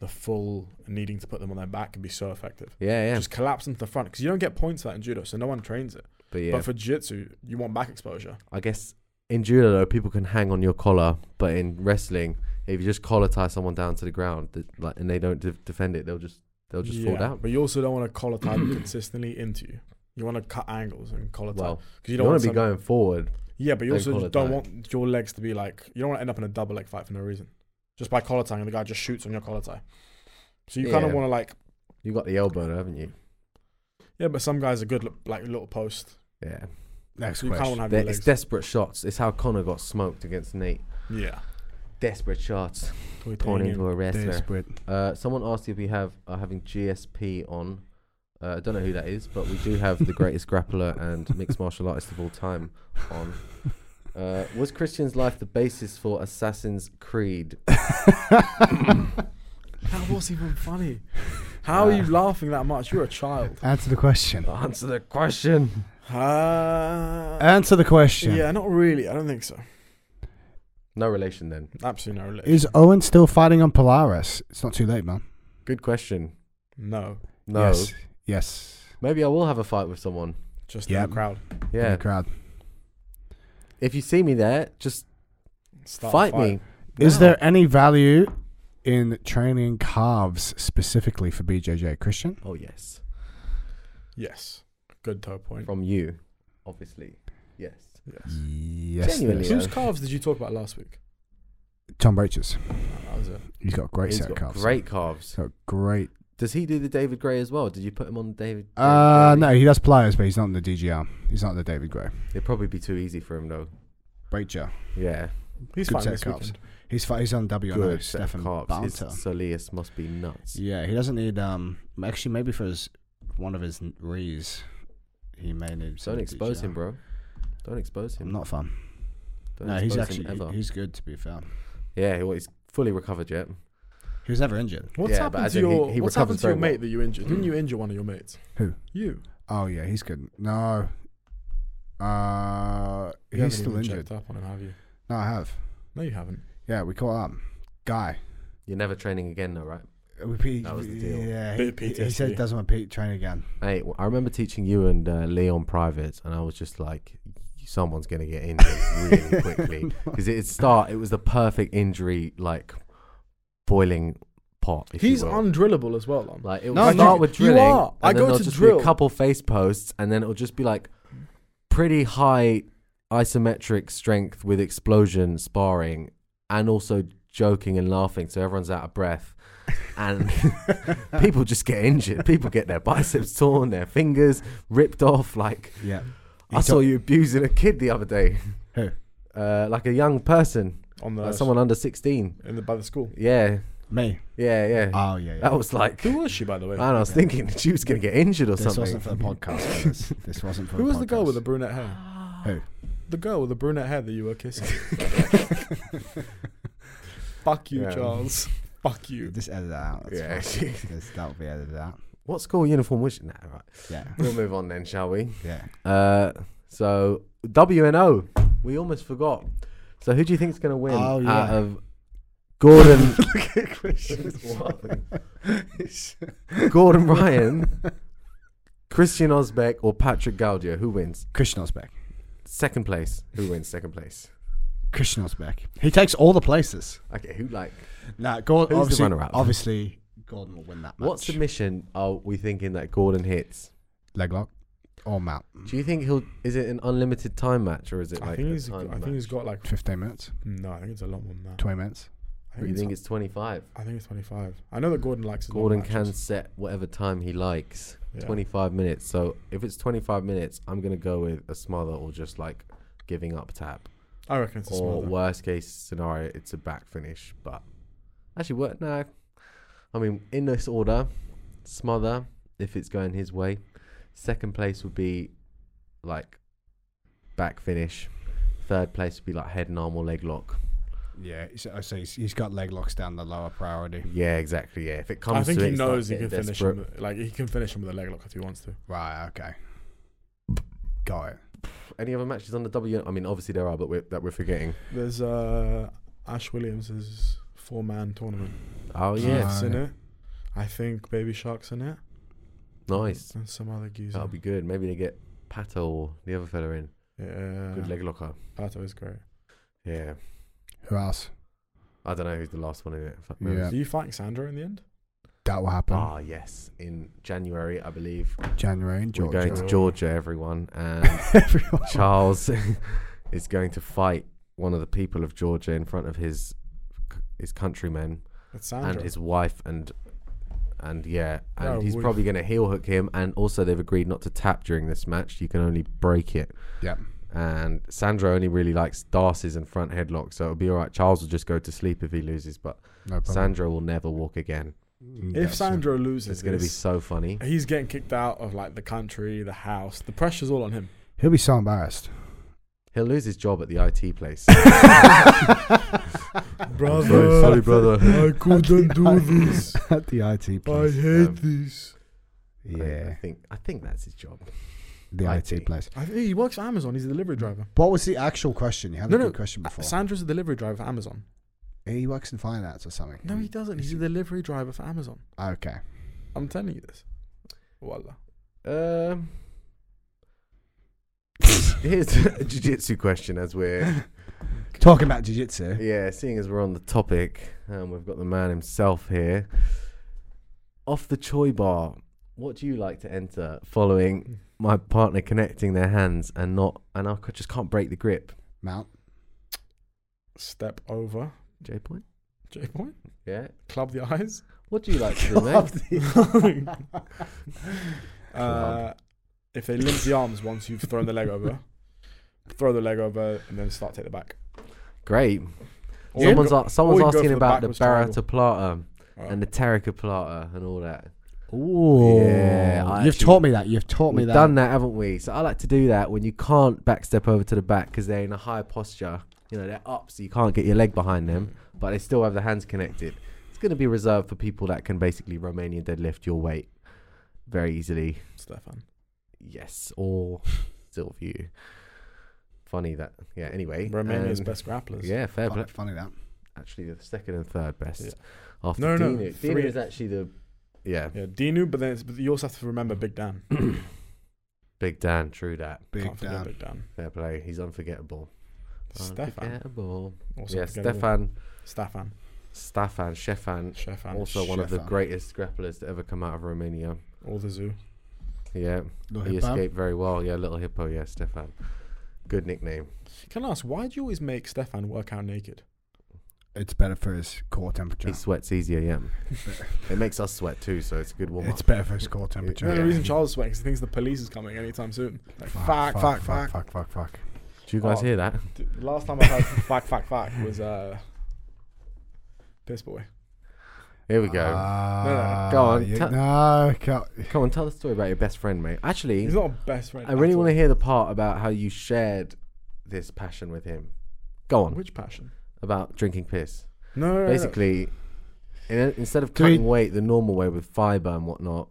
the full needing to put them on their back, could be so effective.
yeah, yeah,
Just collapse into the front because you don't get points for that in judo, so no one trains it.
but yeah,
But for jiu-jitsu, you want back exposure.
I guess in judo though, people can hang on your collar, but in wrestling, if you just collar tie someone down to the ground, th- like and they don't de- defend it, they'll just they'll just fall
Yeah,
down.
But you also don't want to collar tie them consistently into you. You want to cut angles and collar tie
Well,
because
you don't want to be going forward.
Yeah, but you
Don't
also
call it
don't
that.
want your legs to be like you don't want to end up in a double leg fight for no reason. Just by collar tying, and the guy just shoots on your collar tie. So you kind
Yeah.
of want to like,
You got the elbow, though, haven't you?
yeah, but some guys are good li- like little post.
Yeah.
Next
you
question.
kind of want to have
They're-
your
It's
legs.
desperate shots. It's how Connor got smoked against Nate.
yeah.
Desperate shots.
We're
Torn
taking
into
him.
a wrestler.
Desperate.
Uh, someone asked if we have are having GSP on. Uh, I don't know who that is, but we do have the greatest grappler and mixed martial artist of all time on. Uh, was Christian's life the basis for Assassin's Creed?
That was even funny. How are you
Uh.
laughing that much? You're a child.
Answer the question.
Answer the question.
Uh,
Answer the question.
yeah, not really. I don't think so.
No relation then.
Absolutely no relation.
Is Owen still fighting on Polaris? It's not too late, man.
Good question.
no,
No.
Yes. Yes.
Maybe I will have a fight with someone.
just
Yeah.
in the crowd.
In
Yeah.
the crowd.
If you see me there, just
Start a
fight, me.
Is
now.
there any value in training calves specifically for BJJ, Christian?
Oh yes.
Yes. Good toe point.
From you, obviously. Yes.
Yes.
Yes.
Genuinely.
yes.
Whose calves did you talk about last week?
Tom Roaches.
That was it.
He's got a great
He's
set of
got
calves.
Great calves.
He's got great.
Does he do the David Gray as well? Did you put him on David? David
Uh,
Gray?
no, he does pliers, but he's not in the DGR. He's not in the David Gray.
It'd probably be too easy for him though.
Rachel.
Yeah.
He's
Good
fine
set
this
of calves.
weekend.
He's fi- he's on WNO.
Good set of
Stefan
calves.
Banter.
His soleus must be nuts.
Yeah, he doesn't need um. Actually, maybe for his one of his n- rees, he may need. some
Don't expose
DGR.
him, bro. Don't expose him.
Not fun.
Don't
no, he's
expose
actually
him ever.
he- he's good to be fair.
yeah, he- well, he's fully recovered yet.
He was never injured.
What's
Yeah, but
happened
as
to
in he-
your
he recovers
What's happened to your
very
mate
well. Hmm.
that you injured? Didn't you injure one of your mates?
Who?
You.
Oh yeah, he's good. No, uh,
You haven't
he's still
even
injured.
Checked up on him, have you?
No, I have.
No, you haven't.
Yeah, we caught up. Guy,
You're never training again, though, right?
Uh, we, he,
That was the deal.
Yeah, he,
Bit
he- he said
PTSD.
he doesn't want to train again.
Hey, w- I remember teaching you and uh, Leon private, and I was just like, someone's gonna get injured really quickly because it start. It was the perfect injury, like boiling pot. If
He's
you will.
undrillable as well. Lon.
Like it
No,
will
you-
start with
you
drilling.
are.
and
I
then
go
there'll
to
just
drill.
Be a couple face posts, and then it'll just be like pretty high isometric strength with explosion sparring, and also joking and laughing, so everyone's out of breath, and people just get injured. People get their biceps torn, their fingers ripped off. Like
Yeah,
I saw you abusing a kid the other day,
Who?
uh, like a young person,
On the
like Uh, someone under sixteen.
in the by the school.
Yeah,
me.
yeah, yeah.
Oh yeah, yeah.
that was like.
Ah. Who was she, by the way?
And I was thinking she was going to get injured or
this
something.
wasn't for the podcast. guys. this wasn't for.
Who
the Oh.
was the girl
podcast.
with the brunette hair?
Who?
The girl with the brunette hair that you were kissing. Fuck you,
Yeah.
Charles. Fuck you.
Just edit that out.
Yeah,
That's
she-
fine. This- that'll be edited out.
What school uniform was she? Nah, right.
Yeah,
We'll move on then, shall we?
yeah.
Uh, so WNO, we almost forgot. So who do you think's going to win
Oh, yeah.
out of Gordon
Look at Christian's
Gordon Ryan, Christian Osbeck, or Patrick Gaudier? Who wins?
Christian Osbeck.
Second place. Who wins second place?
Christian Osbeck. He takes all the places.
Okay, who like
Nah, Gordon.
Who's the
obviously,
runner-up?
obviously, Gordon will win that match.
what submission are we thinking that Gordon hits?
leg lock or mount?
Do you think he'll? Is it an unlimited time match or is it like
I think
a
he's.
time
I think
match?
he's got like.
Fifteen minutes,
No, I think it's a lot more than that.
twenty minutes.
I
Or
think,
you
it's,
think it's twenty five?
I think it's 25. I know that Gordon likes. his long
Gordon
matches.
can set whatever time he likes.
Yeah.
25 minutes. So if it's 25 minutes, I'm going to go with a smother or just like giving up tap.
I reckon it's a
or
small.
worst case scenario, it's a back finish. But actually, what? No. I mean, in this order, smother, if it's going his way. Second place would be like back finish. Third place would be like head and arm or leg lock.
Yeah, so, so he's, he's got leg locks down the lower priority.
Yeah, exactly. Yeah. If it comes
I think
to
he
it, it's, like,
knows he
getting
can finish
desperate.
him. Like he can finish him with a leg lock if he wants to.
Right. Okay. Got it.
Any other matches on the W? I mean, obviously there are, but we're, that we're forgetting.
There's uh, Ash Williams's four man tournament.
Oh yeah,
yeah.
Keith's in
Alright.
it. I think Baby Shark's in it.
nice.
And some other geezer.
That'll be good. Maybe they get Pato or the other fella in.
yeah.
Uh.
Good leg locker.
Pato is great.
Yeah.
Who else?
I don't know who's the last one in it. Fuck
Yeah.
knows.
Are you fighting Sandra in the end?
That will happen.
Ah yes, in January I believe
January in
we're going
Georgia.
to Georgia, everyone, and
Everyone.
Charles is going to fight one of the people of Georgia in front of his his countrymen
It's Sandra.
and his wife and And yeah, and
Oh,
No,
he's
we-
probably going to heel hook him. And also, they've agreed not to tap during this match. You can only break it.
Yeah.
And Sandro only really likes darces and front headlocks, so it'll be all right. Charles will just go to sleep if he loses, but
No problem.
Sandro will never walk again.
If Sandro loses,
It's going to be
this,
so funny.
he's getting kicked out of like the country, the house. The pressure's all on him.
He'll be so embarrassed.
He'll lose his job at the IT place.
Brother,
Sorry, sorry, brother.
I couldn't do this.
At the IT
I
place.
hate
Um,
this.
I, I
Yeah.
think I think that's his job.
The
IT.
IT place.
I think he works for Amazon. He's a delivery driver.
What was the actual question? You had
No,
a
no,
good
Uh,
question before.
Sandro's a delivery driver for Amazon.
he works in finance or something.
No, he doesn't. He's a delivery driver for Amazon.
Okay.
I'm telling you this. Wallah.
Um, here's a jiu-jitsu question as we're
Talking about jiu-jitsu.
yeah, seeing as we're on the topic, um, we've got the man himself here. Off the choy bar, what do you like to enter following my partner connecting their hands and not, and I c- just can't break the grip?
Mount.
Step over.
J point?
J point.
Yeah.
Club the eyes.
What do you like to do, mate?
Uh, if they limp the arms once you've thrown the leg over, throw the leg over and then start take the back.
Great.
Or
Someone's,
go-
a- someone's
or you go for
asking
the
about the
backwards
Barata Plata
Oh.
and the Terrica Plata and all that.
Ooh.
Yeah, I
You've
actually-
taught me that. You've taught me
We've
that.
done that, haven't we? So I like to do that when you can't backstep over to the back because they're in a high posture. You know, they're up, so you can't get your leg behind them, but they still have the hands connected. It's going to be reserved for people that can basically Romanian deadlift your weight very easily.
Stefan.
Yes, or still view. Funny that. Yeah, anyway.
Romania's
um,
best grapplers.
Yeah, fair play.
Fu- Funny that.
Actually, the second and third best.
Yeah.
After
No, no,
Dinu. Dinu
three-
is actually the. Yeah,
Yeah, Dinu, but then it's, but you also have to remember Big Dan.
Big Dan, true that.
Big
Can't forget
damn.
Big Dan.
Fair play. He's unforgettable.
Stefan.
Unforgettable.
Also
Yeah,
forgettable.
Stefan.
Stefan.
Stefan Shefan,
Stefan.
also one of the
Ștefan.
greatest grapplers to ever come out of Romania.
All the zoo.
Yeah,
Little
he
hip bump.
escaped very well. Yeah, little hippo. Yeah, Stefan. Good nickname.
Can I ask, why do you always make Stefan work out naked?
It's better for his core temperature.
He sweats easier. Yeah, it makes us sweat too, so it's a good warm up.
It's better for his core
You know,
temperature.
the
Yeah.
reason Charles is sweating is he thinks the police is coming anytime soon. Like, fuck, fuck, fuck.
fuck, fuck, fuck.
Do you guys
Oh.
hear that?
Dude, the Last time I heard fuck, fuck, fuck was uh, Piss Boy.
Here we go.
Ah,
Go on,
you-
tell-
no, go-
come on, tell the story about your best friend, mate. Actually,
He's not a best friend.
I really
at
want to
all.
hear the part about how you shared this passion with him. Go on
Which passion?
about drinking piss.
No, no, no, no.
basically in, instead of
Do we-
cutting weight the normal way with fiber and whatnot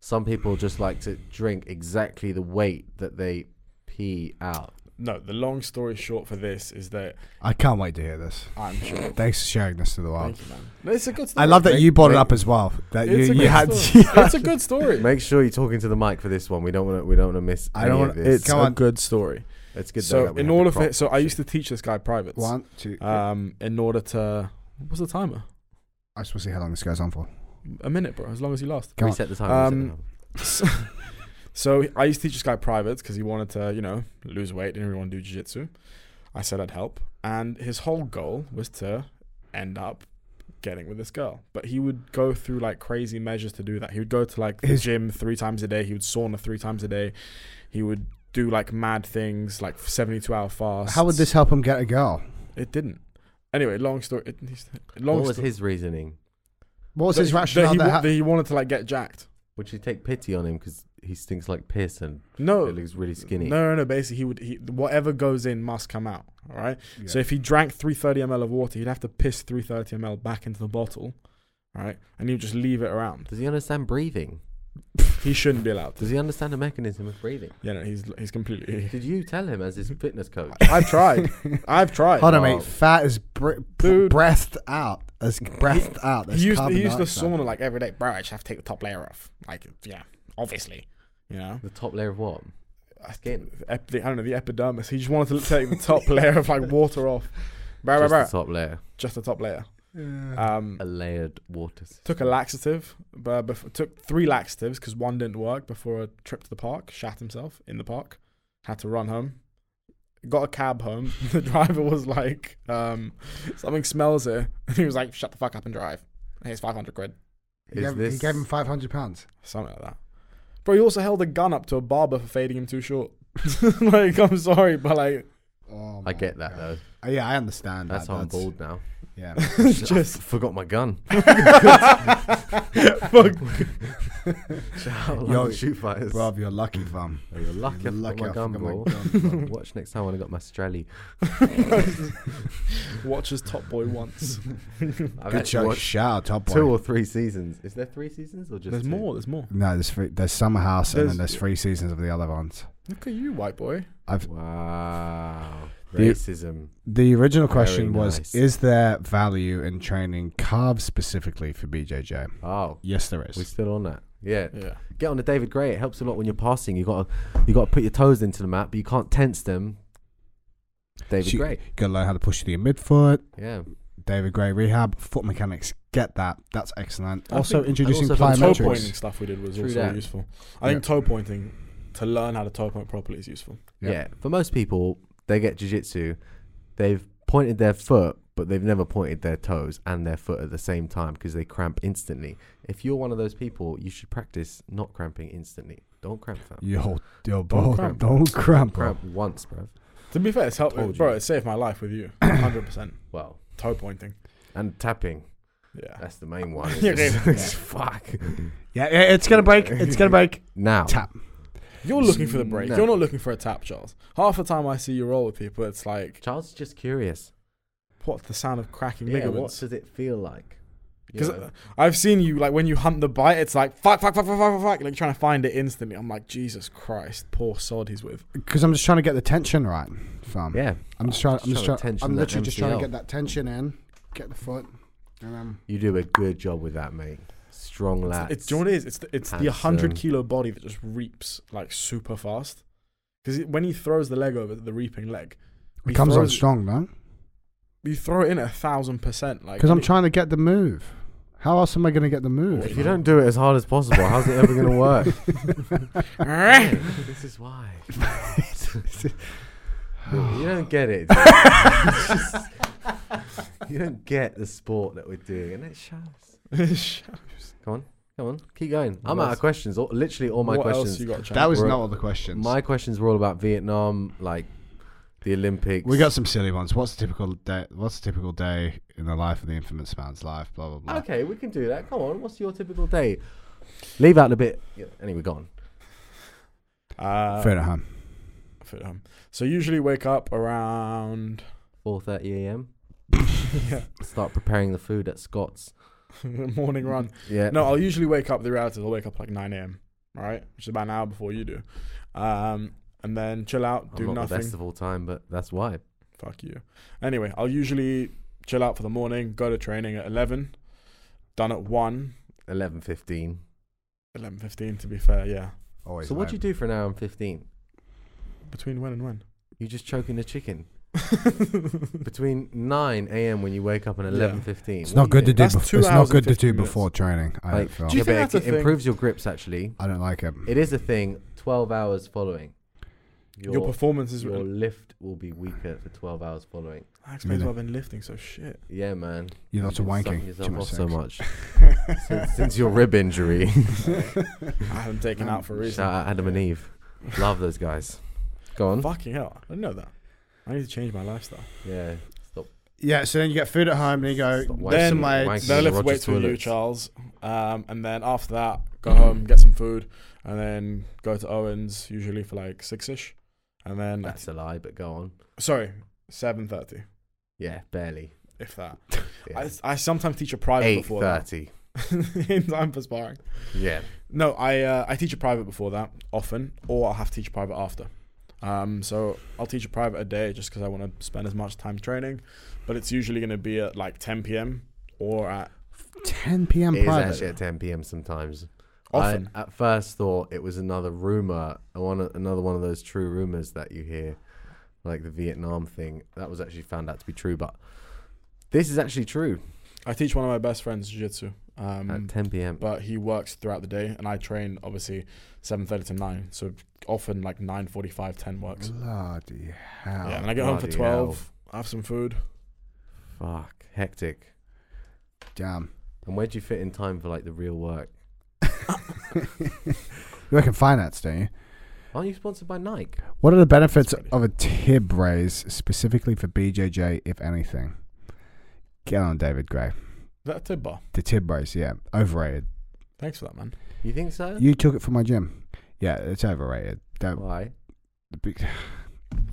some people just like to drink exactly the weight that they pee out
No, the long story short for this is that
I can't wait to hear this.
I'm sure.
Thanks for sharing this to the world.
Thank you, man. No, it's a good story.
I love that
Make-
you brought it
make-
up as well. That
It's
you,
a
you
good
had.
story. It's a good story.
make sure you're talking to the mic for this one we don't want to we don't want to miss
I
any
don't
of
wanna-
this
It's
it's,
Come
a
on.
good story.
good though
so,
that we
in
have the
order for
prop.
it, so I used to teach this guy privates.
One, two. three.
Um, in order to what's the timer?
I just want to see how long this goes on for.
A minute, bro. As long as you last.
Come on.
reset the time
Um,
reset
so, so I used to teach this guy privates because he wanted to, you know, lose weight, didn't really want to do jiu-jitsu. I said I'd help, and his whole goal was to end up getting with this girl. But he would go through like crazy measures to do that. He would go to like the
His-
gym three times a day. He would sauna three times a day. He would do like mad things, like seventy-two hour fasts.
How would this help him get a girl?
It didn't. Anyway, long story. It, he's-
the
long
what was
story.
his reasoning
What was his
that-
rationale?
That he,
that
wa-
ha-
that he wanted to like get jacked.
would you take pity on him because he stinks like piss and
No,
he looks really skinny
Oh. No, no, no. Basically, he would he, whatever goes in must come out. All right.
Yeah.
So if he drank 330 ml of water, he'd have to piss 330 ml back into the bottle. All right, and he would just leave it around.
does he understand breathing
He shouldn't be allowed. To.
does he understand the mechanism of breathing
Yeah, no, he's he's completely.
did you tell him as his
Mm-hmm.
fitness coach
I've tried. I've tried.
Hold on,
Wow.
mate. Fat is br- br-
Dude.
breathed out. As breathed out. As
he used
carbon
he used the
dioxide.
sauna like every day, bro. I just have to take the top layer off. Like, yeah, obviously, you know.
the top layer of what
I
Skin.
think the ep- the- I don't know the epidermis. He just wanted to take the top layer of like water off. Bro, bro,
just
bro.
the top layer
Just the top layer.
Yeah.
Um,
a layered water
Took a laxative, but bef- took three laxatives because one didn't work before a trip to the park. Shat himself in the park. Had to run home. Got a cab home. the driver was like, um, "Something smells here," and he was like, "Shut the fuck up and drive." And here's five hundred quid.
He
Is
gave, he
this-
gave him five hundred pounds.
Something like that. Bro, he also held a gun up to a barber for fading him too short. like, I'm sorry, but like,
Oh
I
my
get that
God.
though.
Uh, Yeah, I understand.
That's
that.
how I'm bald now.
Yeah.
it's
I
just.
forgot my gun.
Fuck.
Shout
Yo,
out shoot fighters.
Bruv, you're lucky, fam.
Oh, You're lucky.
You're
I forgot
lucky
my
I
gun,
forgot my
bro.
gun, bruv.
Watch next time when I got my Strelly.
Watches Top Boy once.
I've
Good
actually
show.
watched
Shout out, top boy.
two or three seasons. Is there three seasons or just?
There's
two?
more, there's more.
No, there's three, there's Summer House and then
There's-
there's three seasons of the other ones.
Look at you, white boy.
I've
Wow.
The-
Racism.
the original question
Very
was:
nice.
Is there value in training calves specifically for BJJ?
Oh,
Yes, there is.
we're still on that. Yeah.
Yeah.
Get on the David Gray. It helps a lot when you're passing. You gotta you gotta put your toes into the mat, but you can't tense them. David
Shoot-
Gray.
Gotta learn how to push to your midfoot.
Yeah.
David Gray rehab, foot mechanics. Get that. That's excellent.
I
also
think-
introducing
and also
The toe
Plyometrics.
pointing
plyometrics.
stuff we did was
True
also
that.
useful. I think toe pointing to learn how to toe point properly is useful.
Yeah.
Yeah. For most people, they get jujitsu, they've pointed their foot, but they've never pointed their toes and their foot at the same time because they cramp instantly. If you're one of those people, you should practice not cramping instantly. Don't cramp, fam.
Yo, yo,
Don't
bro,
cramp.
don't cramp, bro.
Cramp once, bruv.
To be fair, it's helped.
Told you.
Bro, it saved my life with you. 100%.
Well,
toe pointing.
and tapping.
Yeah.
That's the main one.
Yeah,
It's just-
yeah.
it's fuck.
Yeah, yeah, it's gonna break. It's gonna break.
Now,
Tap.
You're looking for the break.
No.
You're not looking for a tap, Charles. Half the time I see you roll with people, it's like,
Charles is just curious.
what's the sound of cracking
Yeah, what
ligaments?
does it feel like? You
Because
know?
I've seen you, like, when you hunt the bite, it's like, fuck, fuck, fuck, fuck, fuck, fuck, fuck. Like, trying to find it instantly. I'm like, Jesus Christ, poor sod he's with.
Because I'm just trying to get the tension right,
um,
fam.
yeah,
I'm just trying. I'm just
Trying to
trying.
tension
I'm
that
literally just trying to
MCL.
get that tension in, get the foot, and um.
you do a good job with that, mate. Strong lad.
It's, do you know what it is? It's the, it's the
Handsome.
100 kilo body that just reaps, like, super fast. Because when he throws the leg over, the reaping leg,
It
he
comes on
throws it-
strong, man.
You throw it in at a thousand percent, like
Because I'm
it-
trying to get the move. How else am I going to get the move?
If you don't do it as hard as possible, how's it ever going to work? Yeah, this is why. you don't get it. dude. It's just- you don't get the sport that we're doing, and it shows. Come on, come on, keep going. I'm
What
out
else-
of questions. All, literally, all my
what else
questions.
you got? Chad?
that was
We're-
not all the questions.
My questions were all about Vietnam, like the Olympics.
we got some silly ones. What's a typical day? What's a typical day in the life of the infamous man's life? Blah blah blah.
Okay, we can do that. Come on, what's your typical day? Leave out the bit. Yeah, anyway, gone.
uh,
Fair enough.
fit home. So usually wake up around.
4:30 a.m.
Yeah,
Start preparing the food at Scott's.
morning run.
Yeah.
No, I'll usually wake up. The reality is, I'll wake up like 9 a.m. All right, which is about an hour before you do, um, and then chill out,
I'm
do
not the
nothing.
best of all time, but that's why.
Fuck you. Anyway, I'll usually chill out for the morning. Go to training at 11. Done at 1.
11:15.
11:15 to be fair. Yeah.
Always.
So what do you do for an hour and 15?
Between when and when?
You're just choking the chicken between 9 a.m. when you wake up and
Yeah.
11:15.
It's
What
not good to
you
do.
doing?
That's
bef-
two
it's
hours
not
and
good to
15
do
minutes.
before training. I
Like,
don't feel.
do you
Yeah,
think
but
that's
it,
a thing?
improves your grips actually.
I don't like it.
It is a thing. 12 hours following.
Your,
Your
performance is.
your lift will be weaker for 12 hours following.
That explains why I've been lifting so shit.
Yeah, man.
You're not
You've been sucking
wanking
yourself
too much.
off so
sex.
much since, since your rib injury.
I haven't taken out for a reason.
Shout out Adam and Eve. Love those guys. Go on.
Fucking hell. I didn't know that. I need to change my lifestyle.
Yeah.
Yeah. So then you get food at home. Then you go.
Stop
get
wasting-
some
then
legs.
wanking
then I
in the
lift
Rogers
weights with you,
toilets.
Charles. Um, and then after that, go home, get some food, and then go to Owen's usually for like six ish, and then
That's a lie, but go on.
sorry, seven thirty,
Yeah, barely.
if that.
Yeah.
I, I sometimes teach a private
Eight
before that
thirty.
in time for sparring.
Yeah.
No, I uh, I teach a private before that often, or I'll have to teach private after. Um, so I'll teach a private a day just because I want to spend as much time training, but it's usually going to be at like 10 p.m. or at
10 p.m.
It is
private.
actually at 10 p.m. sometimes.
often.
I at first thought it was another rumor, one another one of those true rumors that you hear, like the Vietnam thing. That was actually found out to be true, but this is actually true
I teach one of my best friends jiu-jitsu, um,
Mm.
at 10 p.m.
but he works throughout the day, and I train obviously 7:30 to 9. So often like 9:45, 10 works.
Bloody hell.
yeah, and I get home for
bloody
12, have some food.
Fuck, hectic.
Damn.
And where do you fit in time for like the real work?
You work in finance, don't you?
Aren't you sponsored by Nike?
What are the benefits
That's
of a TIB raise specifically for BJJ, if anything? Get on, David Gray.
that a tib bar?
The TIB raise, yeah, overrated.
Thanks for that, man.
You think so?
You took it from my gym. Yeah, it's overrated. Don't.
Why?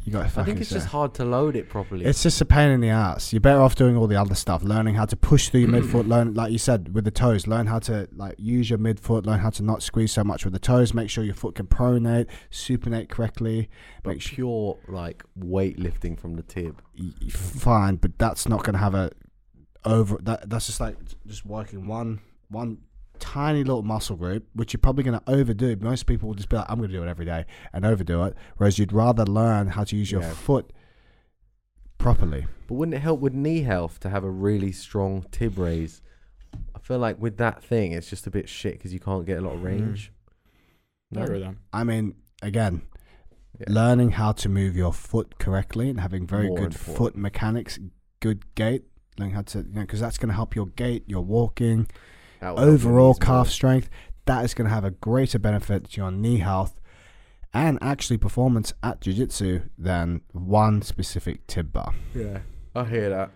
You got to fucking.
I think it's
say.
just hard to load it properly.
It's just a pain in the ass. You're better off doing all the other stuff, learning how to push through your midfoot, learn like you said with the toes, learn how to like use your midfoot, learn how to not squeeze so much with the toes, make sure your foot can pronate, supinate correctly.
but
make sure
pure like weightlifting from the tib.
y- y- fine, but that's not going to have a over that that's just like just working one one tiny little muscle group which you're probably going to overdo most people will just be like i'm going to do it every day and overdo it whereas you'd rather learn how to use your
Yeah.
foot properly
But wouldn't it help with knee health to have a really strong tib raise? I feel like with that thing, it's just a bit shit because you can't get a lot of
Mm.
range.
I agree with that.
I mean, again,
Yeah.
learning how to move your foot correctly and having very
More
good
important.
foot mechanics, good gait, learning how to, you know, because that's going to help your gait, your walking,
That would help your
overall
knees more.
calf strength. That is going to have a greater benefit to your knee health and actually performance at jiu-jitsu than one specific tib bar.
Yeah.
I hear that.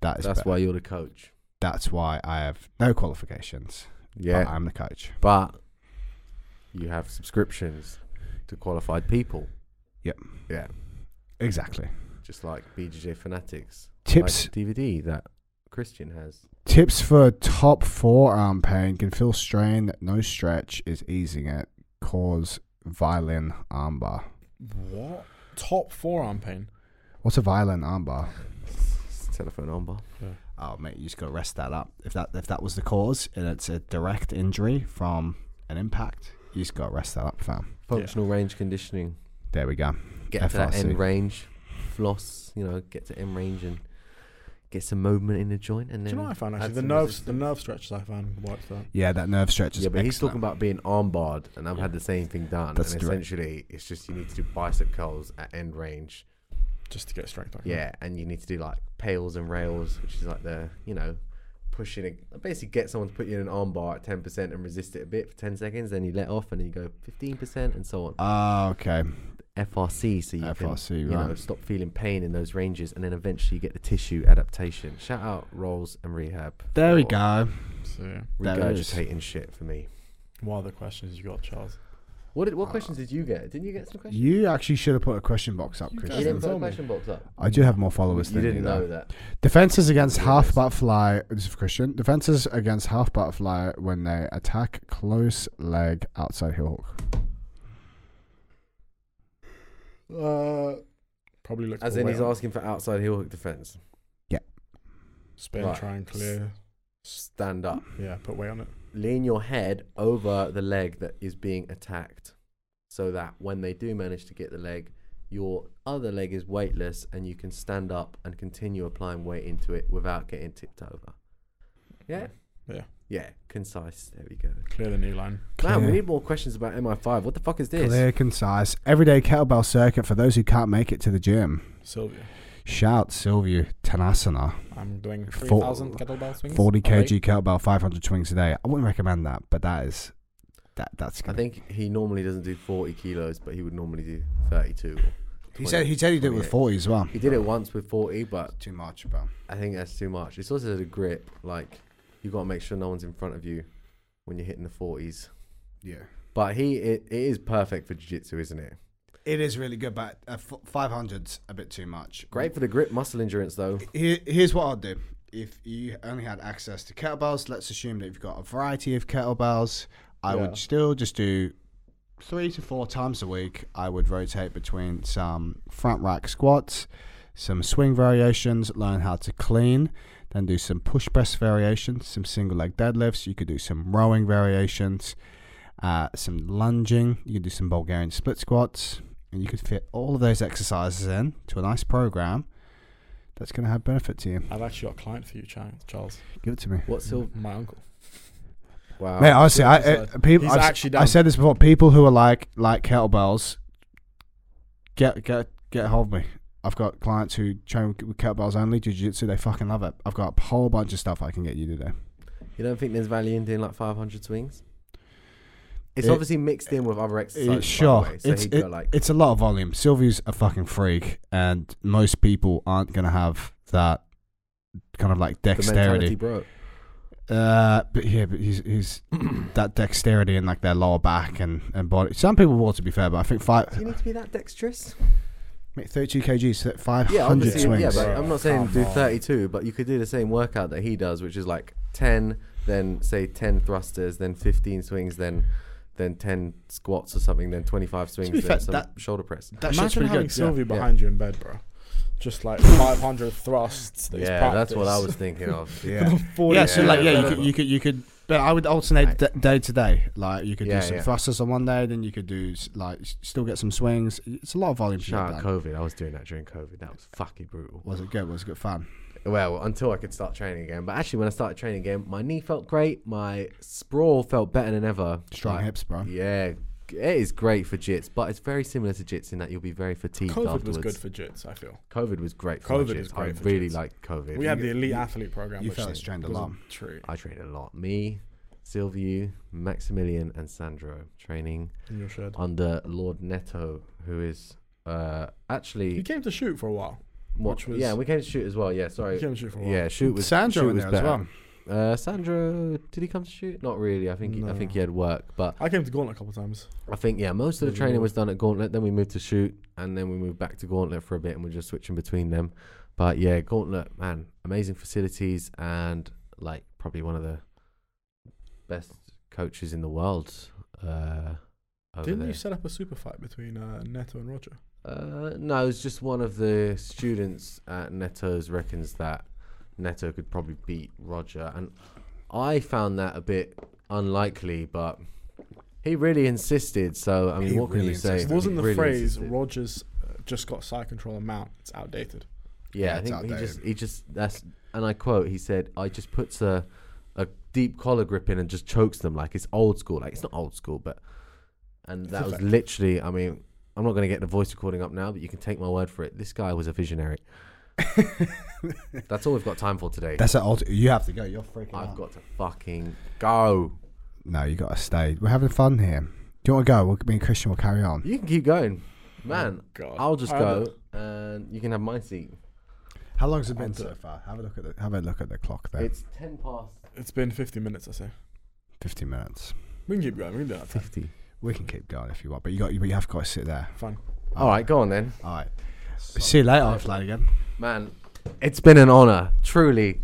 That is
That's
better.
why you're the coach.
That's why I have no qualifications.
Yeah,
But I'm the coach.
but you have subscriptions to qualified people,
Exactly.
just like BJJ Fanatics. like
Tips
the DVD that Christian has.
Tips for top forearm pain can feel strain, no stretch is easing it. Cause violin armbar.
What? Top forearm pain.
What's a violin armbar?
It's a telephone armbar.
Oh mate, you just gotta rest that up. If that if that was the cause and it's a direct injury from an impact, you just gotta rest that up, fam.
Functional range conditioning.
There we go.
Get to that
FRC.
end range, floss. You know, get to end range and get some movement in the joint. And
Do
then
you know what I found
add
actually? The
some
nerves, the
resistance.
nerve stretches I found worked out.
Yeah, that nerve stretch is
Yeah, but he's
excellent.
talking about being armbarred, and I've had the same thing done.
That's
and
direct.
essentially, it's just you need to do bicep curls at end range.
just to get strength back.
Yeah, and you need to do like pails and rails, which is like the you know pushing it. Basically, get someone to put you in an armbar at ten percent and resist it a bit for ten seconds. Then you let off, and then you go fifteen percent, and so on.
Ah, okay.
FRC, so you
FRC,
can you know
right.
stop feeling pain in those ranges, and then eventually you get the tissue adaptation. Shout out rolls and rehab.
There we
for
go.
So yeah.
There it is.
Regurgitating shit for me.
What other questions you got, Charles?
What did, what
Uh,
questions did you get? Didn't you get some questions?
You actually should have put a question box up,
You
You,
guys
Christian.
didn't
didn't
put a
tell me.
question box up.
I do have more followers
you
than
didn't
you, though.
know that.
Defenses against
Yeah,
half
that's-
butterfly. This is for Christian. Defenses against half butterfly when they attack close leg outside heel hook.
Uh, probably look.
As
for
in, he's
weight.
asking for outside heel hook defense.
Spin,
Right.
try and clear.
Stand up.
Yeah, put weight on it.
Ah, lean your head over the leg that is being attacked so that when they do manage to get the leg, your other leg is weightless and you can stand up and continue applying weight into it without getting tipped over. Yeah?
Yeah.
Yeah, concise. There we go.
Clear the knee line.
Man, we
Clear.
need more questions about MI5. What the fuck is this?
Clear, concise, everyday kettlebell circuit for those who can't make it to the gym.
Sylvia,
Shout Silvio Tanasana,
I'm doing
Four-
3,000 kettlebell swings.
40
Are they-
kg kettlebell, 500 swings a day. I wouldn't recommend that, but that is that. That's.
I
Gonna,
think he normally doesn't do 40 kilos, but he would normally do 32. Or 20.
he said he said he did it with
28.
40 as well.
He did it once with 40, but
Too much, bro.
I think that's too much. It's also the grip. Like you got to make sure no one's in front of you when you're hitting the forties.
Yeah.
But he, it, it is perfect for jiu-jitsu, isn't it?
It is really good, but uh, 500's a bit too much.
Great for the grip muscle endurance, though.
Here, here's what I'll do. If you only had access to kettlebells, let's assume that you've got a variety of kettlebells. I
Yeah.
would still just do three to four times a week. I would rotate between some front rack squats, some swing variations, learn how to clean, then do some push press variations, some single leg deadlifts. You could do some rowing variations, uh, some lunging. You could do some Bulgarian split squats. And you could fit all of those exercises in to a nice program that's going to have benefit to you.
I've actually got a client for you, Char- Charles.
Give it to me.
What's Sil?
My uncle.
Wow.
Mate, honestly, I,
he's
uh, people,
he's
I've,
actually
I
down.
said this before. People who are like like kettlebells, get get get a hold of me. I've got clients who train with kettlebells only, jiu-jitsu. They fucking love it. I've got a whole bunch of stuff I can get you today.
You don't think there's value in doing like 500 swings? It's
It-
obviously mixed in with other exercises. by the
sure.
way, so
It's-
he'd go like
It's a lot of volume. Sylvia's a fucking freak, and most people aren't gonna have that kind of like
the mentality
dexterity.
broke.
Uh, but yeah, but he's he's that dexterity in like their lower back and, and body. Some people will, to be fair, but I think five
Do you need to be that dexterous?
thirty-two kgs, five
Yeah,
hundred
obviously.
swings.
Yeah, but I'm not saying
Come
do
on.
32, but you could do the same workout that he does, which is like 10, then say 10 thrusters, then 15 swings, then then 10 squats or something, then 25 swings,
be
then
fair,
some
that-
shoulder press.
that shit's
Imagine
pretty
having
good.
Sylvie
yeah.
behind you in bed, bro. Just like 500 thrusts. That he's
Yeah, that's what I
practiced.
was thinking of.
Yeah.
Forty
yeah, so
Yeah.
like, yeah,
Yeah.
you could, you could, you could, but I would alternate d- day to day. Like, you could
Yeah,
do some
yeah.
thrusters on one day, then you could do s- like s- still get some swings. It's a lot of volume. to
Shout
get
out
done.
COVID. I was doing that during COVID. That was fucking brutal.
Was it good? Was it good fun?
Well, until I could start training again. But actually, when I started training again, my knee felt great. My sprawl felt better than ever.
Strong
Like,
hips, bro.
Yeah, it is great for jits, but it's very similar to jits in that you'll be very fatigued
COVID
afterwards.
was good for jits, I feel.
COVID was great for
COVID
jits.
was great
I
for
really
jits.
liked COVID.
We had the elite
You-
athlete program.
you
which
fellas trained a
was
lot.
Treat.
I trained a lot. Me, Silviu, Maximilian, and Sandro training
In your shed.
under Lord Neto, who is uh,
You
actually
came to shoot for a while.
what-
which was-
yeah. We came to shoot as well. Yeah,
You
sorry.
came to shoot for a while.
Yeah, shoot was
Sandro
shoot
in
was
there as
better.
well.
Uh, Sandro, did he come to shoot? Not really. I think he, I think
No.
he had work, but
I came to Gauntlet a couple times.
I think yeah, most of the
Maybe
training
more.
was done at Gauntlet. Then we moved to shoot, and then we moved back to Gauntlet for a bit, and we're just switching between them. But yeah, Gauntlet, man, amazing facilities, and like probably one of the best coaches in the world. Uh, over
Didn't
there.
you set up a super fight between uh, Neto and Roger?
Uh, no, it's just one of the students at Neto's reckons that Neto could probably beat Roger, and I found that a bit unlikely, but he really insisted. So I mean,
He
what can
really
you say?
insisted.
Wasn't
He
the
really
phrase
insisted.
Rogers uh, just got side control and mount? It's outdated.
Yeah,
Yeah,
I
it's
think he just
outdated.
he just that's and I quote he said I just puts a a deep collar grip in and just chokes them like it's old school like it's not old school but and
It's
that was
effective.
literally I mean I'm not going to get the voice recording up now but you can take my word for it this guy was a visionary that's all we've got time for today
That's an old. You have to go. You're freaking.
I've
out.
got to fucking go
No, you got to stay. We're having fun here. Do you want to go? We'll, me and Christian will carry on.
you can keep going man
Oh, God.
I'll just
I
go and you can have my seat
How long's it been
I'll do
so far? Have a look at the have a look at the clock there.
uh, it's 10 past
It's been 50 minutes, I say.
Fifty minutes.
We can keep going. We can do that.
50
We can keep going if you want, but you got but you have got to sit there.
Fine.
all right go on then
All right. See you later, I'll fly again.
Man, it's been an honor, truly.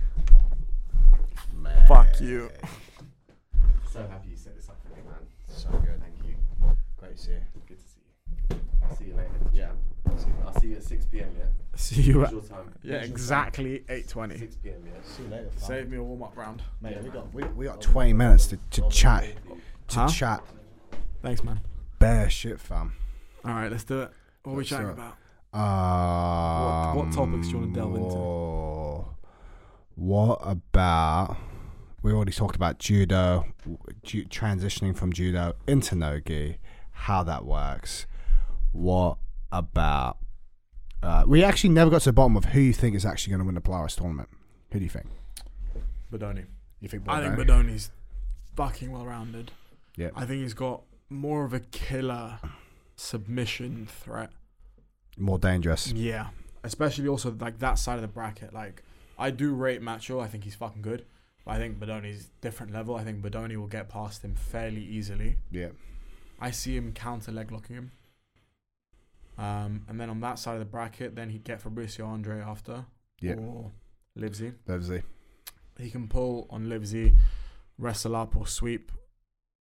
Fuck you.
So happy you set this up for me, man.
So good.
Thank you.
Great to see you.
Good to see you. I'll see you later. Yeah. I'll see you at 6 p.m. Yeah.
See you.
What's
At,
your time?
yeah, exactly 8:20.
6 p.m. Yeah.
See you later. fam.
Save me a warm up round.
Mate, we got we, we got 20 minutes to, to chat to
Huh?
chat
Thanks, man.
bare shit, fam.
All right, let's do it. What are we
Let's do
chatting
it.
about?
Um,
what topics do you wanna delve into?
into? What about we already talked about judo, w- ju- transitioning from judo into nogi, how that works. What about? Uh, we actually never got to the bottom of who you think is actually going to win the Polaris tournament. Who do you think?
Bodoni.
You think?
I think
Bordeaux?
Bodoni's fucking well rounded.
Yeah.
I think he's got more of a killer submission threat.
more dangerous.
Yeah. Especially also like that side of the bracket. Like I do rate Macho. I think he's fucking good. But I think Bodoni's different level. I think Bodoni will get past him fairly easily.
Yeah.
I see him counter leg locking him. Um, and then on that side of the bracket, then he'd get Fabrizio Andre after.
Yeah.
Or Livesey.
Obviously.
He can pull on Livesey, wrestle up or sweep,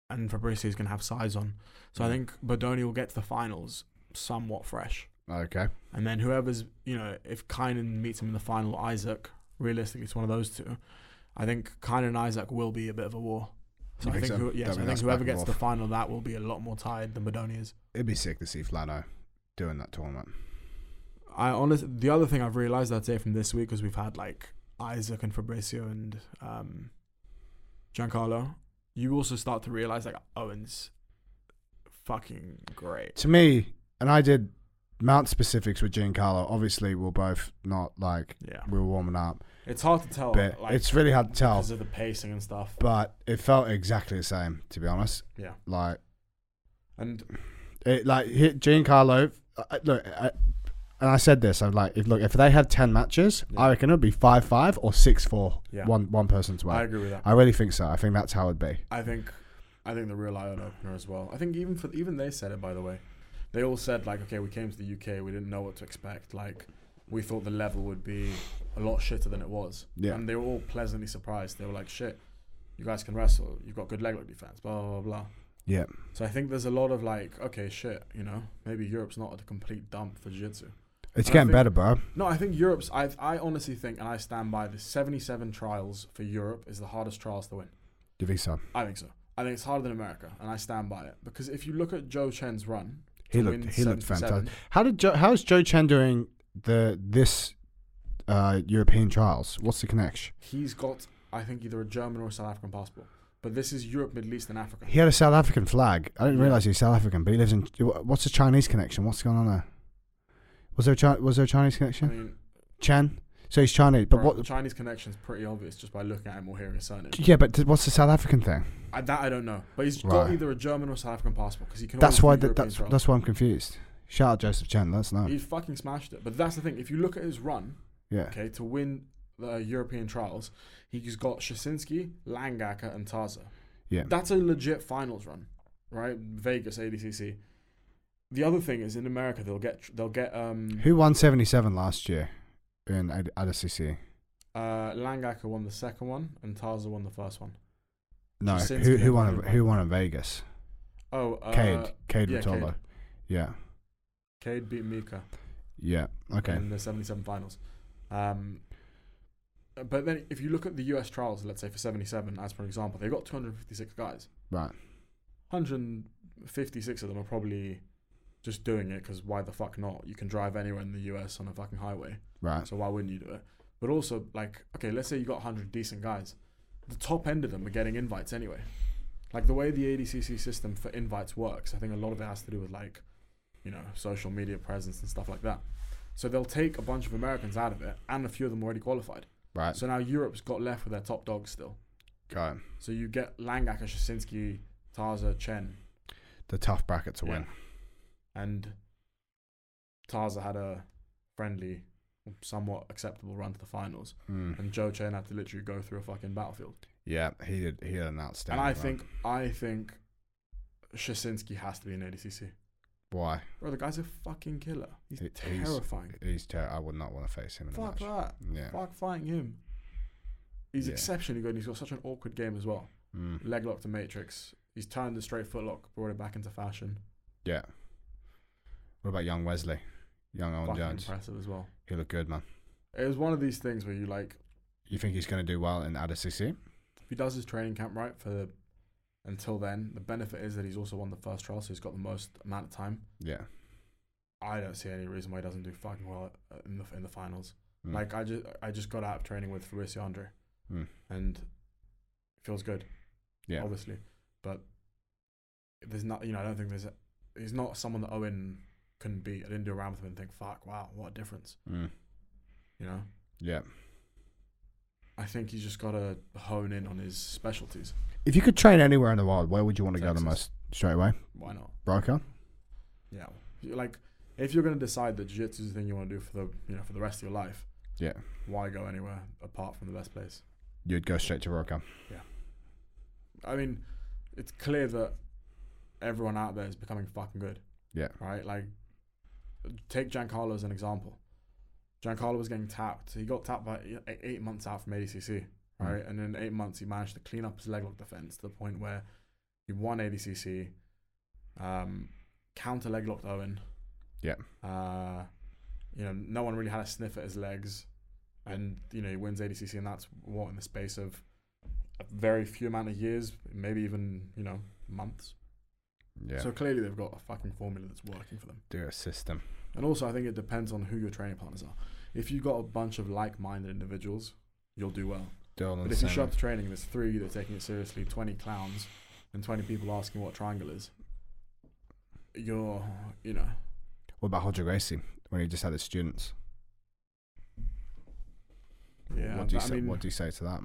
and Fabrizio's going to have size on. So I think Bodoni will get to the finals somewhat fresh.
Okay.
And then whoever's, you know, if Kynan meets him in the final, Isaac, realistically, it's one of those two. I think Kynan and Isaac will be a bit of a war.
You
So I
think
think,
so?
who, yeah,
Don't
so
mean
I
that's back
think whoever
and
gets to the
forth.
final, that will be a lot more tired than Bodoni is.
It'd be sick to see Flano doing that tournament.
I honestly, the other thing I've realized I'd say from this week is we've had like Isaac and Fabrizio and um, Giancarlo. You also start to realize like Owen's fucking great.
To me, and I did Mount specifics with Giancarlo. Obviously, we're both not like
Yeah,
we were warming up,
it's hard to tell.
but
Oh, like,
it's really hard to tell.
because of the pacing and stuff.
But it felt exactly the same, to be honest.
Yeah,
Like
and
it, like he- Giancarlo. uh, uh, Look, I, and I said this. I'm like, if, look, if they had ten matches,
Yeah.
I reckon it would be five five or six four.
Yeah.
One one person's way.
I
I,
agree with that.
really think so. I think that's how it'd be.
I think, I think the real eye opener as well. I think even for even they said it by the way, they all said like, okay, we came to the UK, we didn't know what to expect. Like, we thought the level would be a lot shitter than it was.
Yeah.
and they were all pleasantly surprised. They were like, shit, you guys can wrestle. You've got good leg lock defense. Blah blah blah. blah.
Yeah.
So I think there's a lot of like, okay, shit, you know, maybe Europe's not a complete dump for jiu-jitsu.
It's
I
getting
think-
better, bro.
No, I think Europe's. I I honestly think, and I stand by this. Seventy-seven trials for Europe is the hardest trials to win.
Do you think so?
I think so. I think it's harder than America, and I stand by it because if you look at Joe Chen's run,
He
to
looked
win
he looked
77,
fantastic. How did Joe, how is Joe Chen doing the this uh, European trials? What's the connection?
He's got, I think, either a German or a South African passport, but this is Europe, Middle East, and Africa.
He had a South African flag. I didn't
Yeah.
realize he was South African, but he lives in. What's the Chinese connection? What's going on there? Was there a Chi- was there a Chinese
I
connection?
mean,
Chen. So he's Chinese, but
bruh,
what?
the Chinese connection's pretty obvious just by looking at him or hearing his surname.
Yeah, but th- what's the South African thing?
I, that I don't know, but he's
Right.
got either a German or South African passport because he can.
That's
always
why.
do
That,
European
that's
trials.
that's why I'm confused. Shout out Joseph Chen. Let's know.
he fucking smashed it. But that's the thing. If you look at his run,
Yeah.
okay, to win the European trials, he's got Shasinski, Langaka, and Taza.
Yeah.
That's a legit finals run, right? Vegas, ADCC. The other thing is in America they'll get they'll get um
Who won 77 last year in Ad- Adicc?
uh Langaka won the second one and Taza won the first one.
No.
Jasinski
Who who
and
won?
Bruno.
Who won in Vegas?
Oh, uh,
Cade. Cade
yeah,
Rotolo. Yeah.
Cade beat Mika
Yeah. Okay.
in the 77 finals. Um but then if you look at the US trials, let's say for 77 as for an example, they've got 256 guys.
Right.
156 of them are probably just doing it because why the fuck not? You can drive anywhere in the US on a fucking highway.
Right.
So why wouldn't you do it? But also, like, okay, let's say you got 100 decent guys. The top end of them are getting invites anyway. Like, the way the ADCC system for invites works, I think a lot of it has to do with, like, you know, social media presence and stuff like that. So they'll take a bunch of Americans out of it, and a few of them already qualified.
Right.
So now Europe's got left with their top dogs still.
Got it.
So you get Langaka, Shasinski, Tarza, Chen,
The tough bracket to
Yeah.
win.
and Tarza had a friendly, somewhat acceptable run to the finals.
Mm.
and Joe Chen had to literally go through a fucking battlefield.
Yeah. He did. He had an
and
outstanding.
I
run.
think I think Shasinski has to be an ADCC.
why
Bro, the guy's a fucking killer. He's
He- he's-
terrifying.
he's. Ter- I would not want to face him in
Fuck
a match.
that.
Yeah.
Fuck fighting him. He's
Yeah.
exceptionally good. and He's got such an awkward game as well.
Mm.
Leg lock to matrix. He's turned the straight foot lock, brought it back into fashion.
Yeah. What about young Wesley? Young Owen
fucking
Jones.
impressive as well.
He looked good, man.
It was one of these things where you like,
You think he's going to do well in Adicc?
if he does his training camp right for the, until then, the benefit is that he's also won the first trial, so he's got the most amount of time.
Yeah.
I don't see any reason why he doesn't do fucking well uh, in the in the finals.
Mm.
Like I just I just got out of training with Fabrizio Andre,
Mm.
and feels good,
yeah.
obviously. But there's not, you know, I don't think there's. A, he's not someone that Owen couldn't beat. I didn't do a round with him and think, fuck, wow, what a difference,
Mm.
you know.
Yeah.
I think he's just got to hone in on his specialties.
If you could train anywhere in the world, where would you want to go the
Texas.
most straight away?
Why not?
Broker?
Yeah, You- like if you're gonna decide that jiu-jitsu is the thing you want to do for the you know for the rest of your life,
Yeah.
why go anywhere apart from the best place?
You'd go straight to Broker.
I mean, it's clear that everyone out there is becoming fucking good.
Yeah.
Right? Like, take Giancarlo as an example. Giancarlo was getting tapped. He got tapped by e- eight- eight months out from ADCC,
Hmm.
right? And in eight months, he managed to clean up his leg lock defense to the point where he won ADCC, um, counter leg locked Owen.
Yeah.
Uh, you know, no one really had a sniff at his legs. And, you know, he wins ADCC, and that's what in the space of a very few amount of years, maybe even you know months.
Mm. Yeah.
So clearly they've got a fucking formula that's working for them.
do a system.
And also, I think it depends on who your training partners are. If you've got a bunch of like-minded individuals, you'll do well.
Do all
But if you show up to training, and there's three of you that are taking it seriously, twenty clowns, and twenty people asking what triangle is. You're, you know,
What about Hodge Gracie when he just had his students?
Yeah,
what do you
but I
say?
mean-
what do you say to that?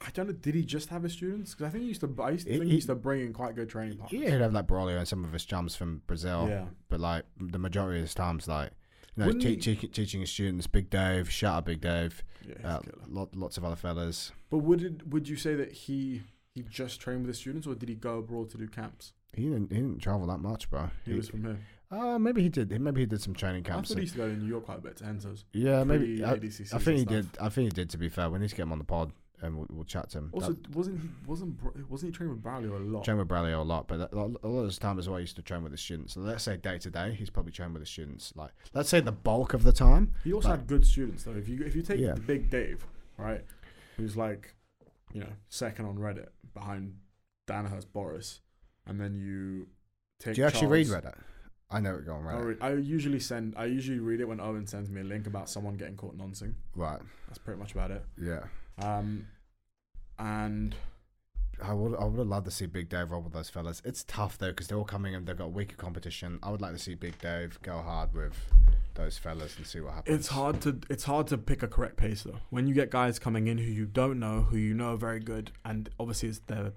I don't know. Did he just have his students? Because I think he used to. I used to
He-
think he,
he-
used to bring in quite good training partners.
Yeah, he'd have like Braulio and some of his chums from Brazil,
Yeah.
but like the majority of his times, like you know,
Wouldn't
te-
he-
te- teaching his students. Big Dave, shout out Big Dave.
Yeah, he's
Uh,
a killer.
lot, lots of other fellas.
But would it, would you say that he he just trained with his students, or did he go abroad to do camps?
He didn't, he didn't travel that much, bro.
He,
He-
was from here.
Uh, maybe he did. Maybe he did some training
I
camps.
thought he used to go to New York quite a bit to Enzo's.
yeah,
pre-
maybe. I,
ADCCs
I think he
and
did.
stuff.
I think he did. To be fair, we need to get him on the pod and we'll, we'll chat to him.
Also,
That-
wasn't he wasn't Br- wasn't he training with Braulio a lot?
train with Braulio a lot, but a lot a lot of his time as well, he used to train with the students. So let's say day to day, he's probably trained with the students. Like let's say the bulk of the time.
He also
But-
had good students though. If you if you take
Yeah.
the Big Dave, right, who's like, you know, second on Reddit behind Danaher's Boris, and then you take.
Do you actually read
Charles- Oh,
Reddit? I know it going
I,
right.
read, I usually send. I usually read it when Owen sends me a link about someone getting caught noncing.
Right.
That's pretty much about it.
Yeah.
Um, and
I would I would have loved to see Big Dave roll with those fellas. It's tough though because they're all coming and they've got a week of competition. I would like to see Big Dave go hard with those fellas and see what happens.
it's hard to it's hard to pick a correct pace though. When you get guys coming in who you don't know, who you know are very good, and obviously it's their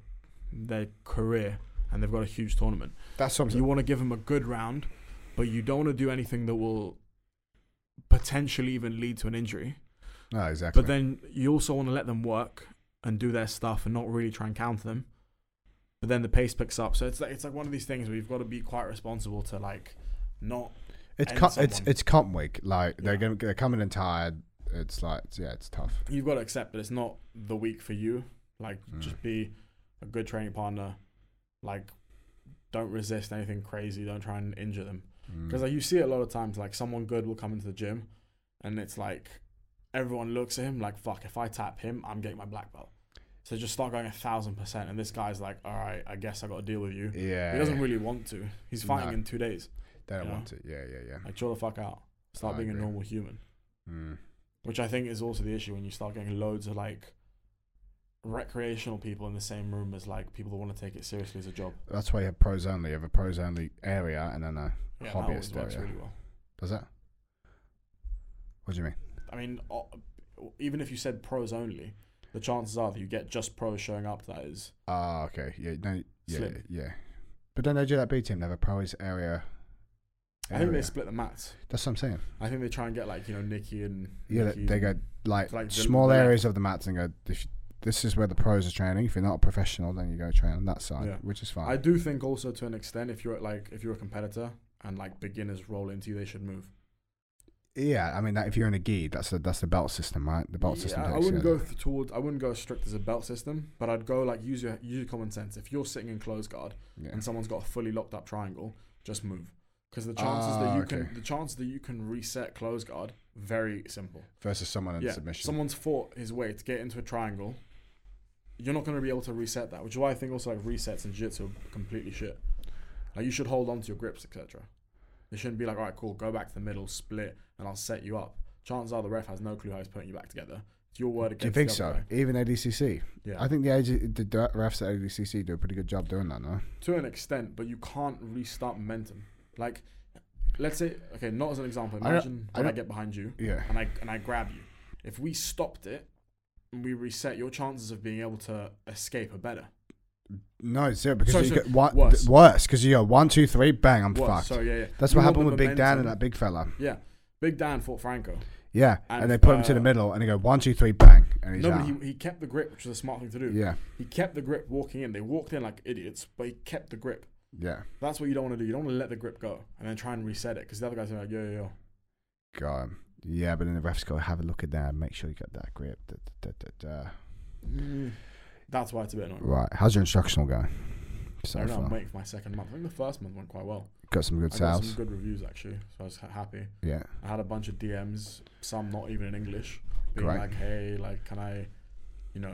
their career, and they've got a huge tournament.
That's something.
You want to give them a good round, but you don't want to do anything that will potentially even lead to an injury.
No, exactly.
But then you also want to let them work and do their stuff and not really try and counter them. But then the pace picks up, so it's like it's like one of these things where you've got to be quite responsible to like not.
it's
and
com- it's
someone-
it's comp week. Like they're
Yeah.
gonna they're coming in tired. It's like yeah, it's tough.
You've got to accept that it's not the week for you. Like
Mm.
just be a good training partner. Like don't resist anything crazy. Don't try and injure them.
Mm.
Because like you see it a lot of times, like someone good will come into the gym, and it's like everyone looks at him like, "Fuck, if I tap him, I'm getting my black belt." So just start going a thousand percent, and this guy's like, "All right, I guess I got to deal with you."
yeah,
He doesn't really want to. He's fighting
No.
in two days.
they don't
you know?
want it. Yeah, yeah, yeah.
Like chill the fuck out. Start
I
being
agree.
a normal human,
Mm.
which I think is also the issue when you start getting loads of like recreational people in the same room as like people that want to take it seriously as a job.
That's why you have pros only. You have a pros only area and then a
Yeah, that always
hobbyist
works
area.
really well.
Does that? What do you mean?
I mean, o- even if you said pros only, the chances are that you get just pros showing up. That is,
Ah, okay. Yeah, no, yeah,
Slim.
yeah. But then they do that B team. They have a pros area.
I think they
area.
split the mats.
That's what I'm saying.
I think they try and get like you know Nikki and
Yeah, they,
Nikki
they go like,
Like the-
small
the left.
areas of the mats and go. If you- this is where the pros are training. If you're not a professional, then you go train on that side,
Yeah.
which is fine.
I do think also to an extent, if you're like if you're a competitor and like beginners roll into you, they should move.
yeah, I mean, that, if you're in a gi, that's the that's the belt system, right? The belt system.
Yeah, I
takes you
wouldn't
over.
go th- towards. I wouldn't go as strict as a belt system, but I'd go like use your use your common sense. If you're sitting in close guard
Yeah.
and someone's got a fully locked up triangle, just move. Because the chances
Ah,
that you
okay.
can the chance that you can reset close guard very simple.
Versus someone in
yeah,
submission.
someone's fought his way to get into a triangle. You're not going to be able to reset that, which is why I think also like resets and jiu-jitsu are completely shit. Like you should hold on to your grips, etc. It shouldn't be like, all right, cool, go back to the middle, split, and I'll set you up. Chances are the ref has no clue how he's putting you back together. It's your word against.
do you think
the
so?
other guy.
Even ADCC.
Yeah,
I think the, AG, the dir- refs at ADCC do a pretty good job doing that, no?
to an extent, but you can't restart momentum. Like, let's say, okay, not as an example.
I don't-
Imagine
I
when I
don't-
get behind you.
Yeah.
and I and I grab you. If we stopped it and we reset, your chances of being able to escape are better.
No, it's zero because
Sorry,
you
sorry,
get one,
worse.
th- worse because you go one, two, three, bang, I'm
What?
fucked.
So yeah, yeah.
That's
You
what
want
happened
the
with Big Dan and
momentum.
that big fella.
Yeah, Big Dan fought Franco.
Yeah, and,
And,
they put him to the
uh,
middle and they go one, two, three, bang, and he's
No,
out.
but he, he kept the grip, which was a smart thing to do.
yeah,
He kept the grip walking in. They walked in like idiots, but he kept the grip.
yeah.
That's what you don't want to do. You don't want to let the grip go and then try and reset it because the other guys are like, yo, yo, yo.
Got him. Yeah, but then the refs go have a look at that, make sure you got that grip. Da, da, da, da, da.
Mm. That's why it's a bit annoying.
Right, how's your instructional going?
I
So
don't know. I'm
far,
waiting for my second month. I think the first month went quite well.
got some good
I got
sales.
some good reviews actually, so I was ha- happy.
yeah,
I had a bunch of DMs, some not even in English, being
Great.
like, "Hey, like, can I, you know,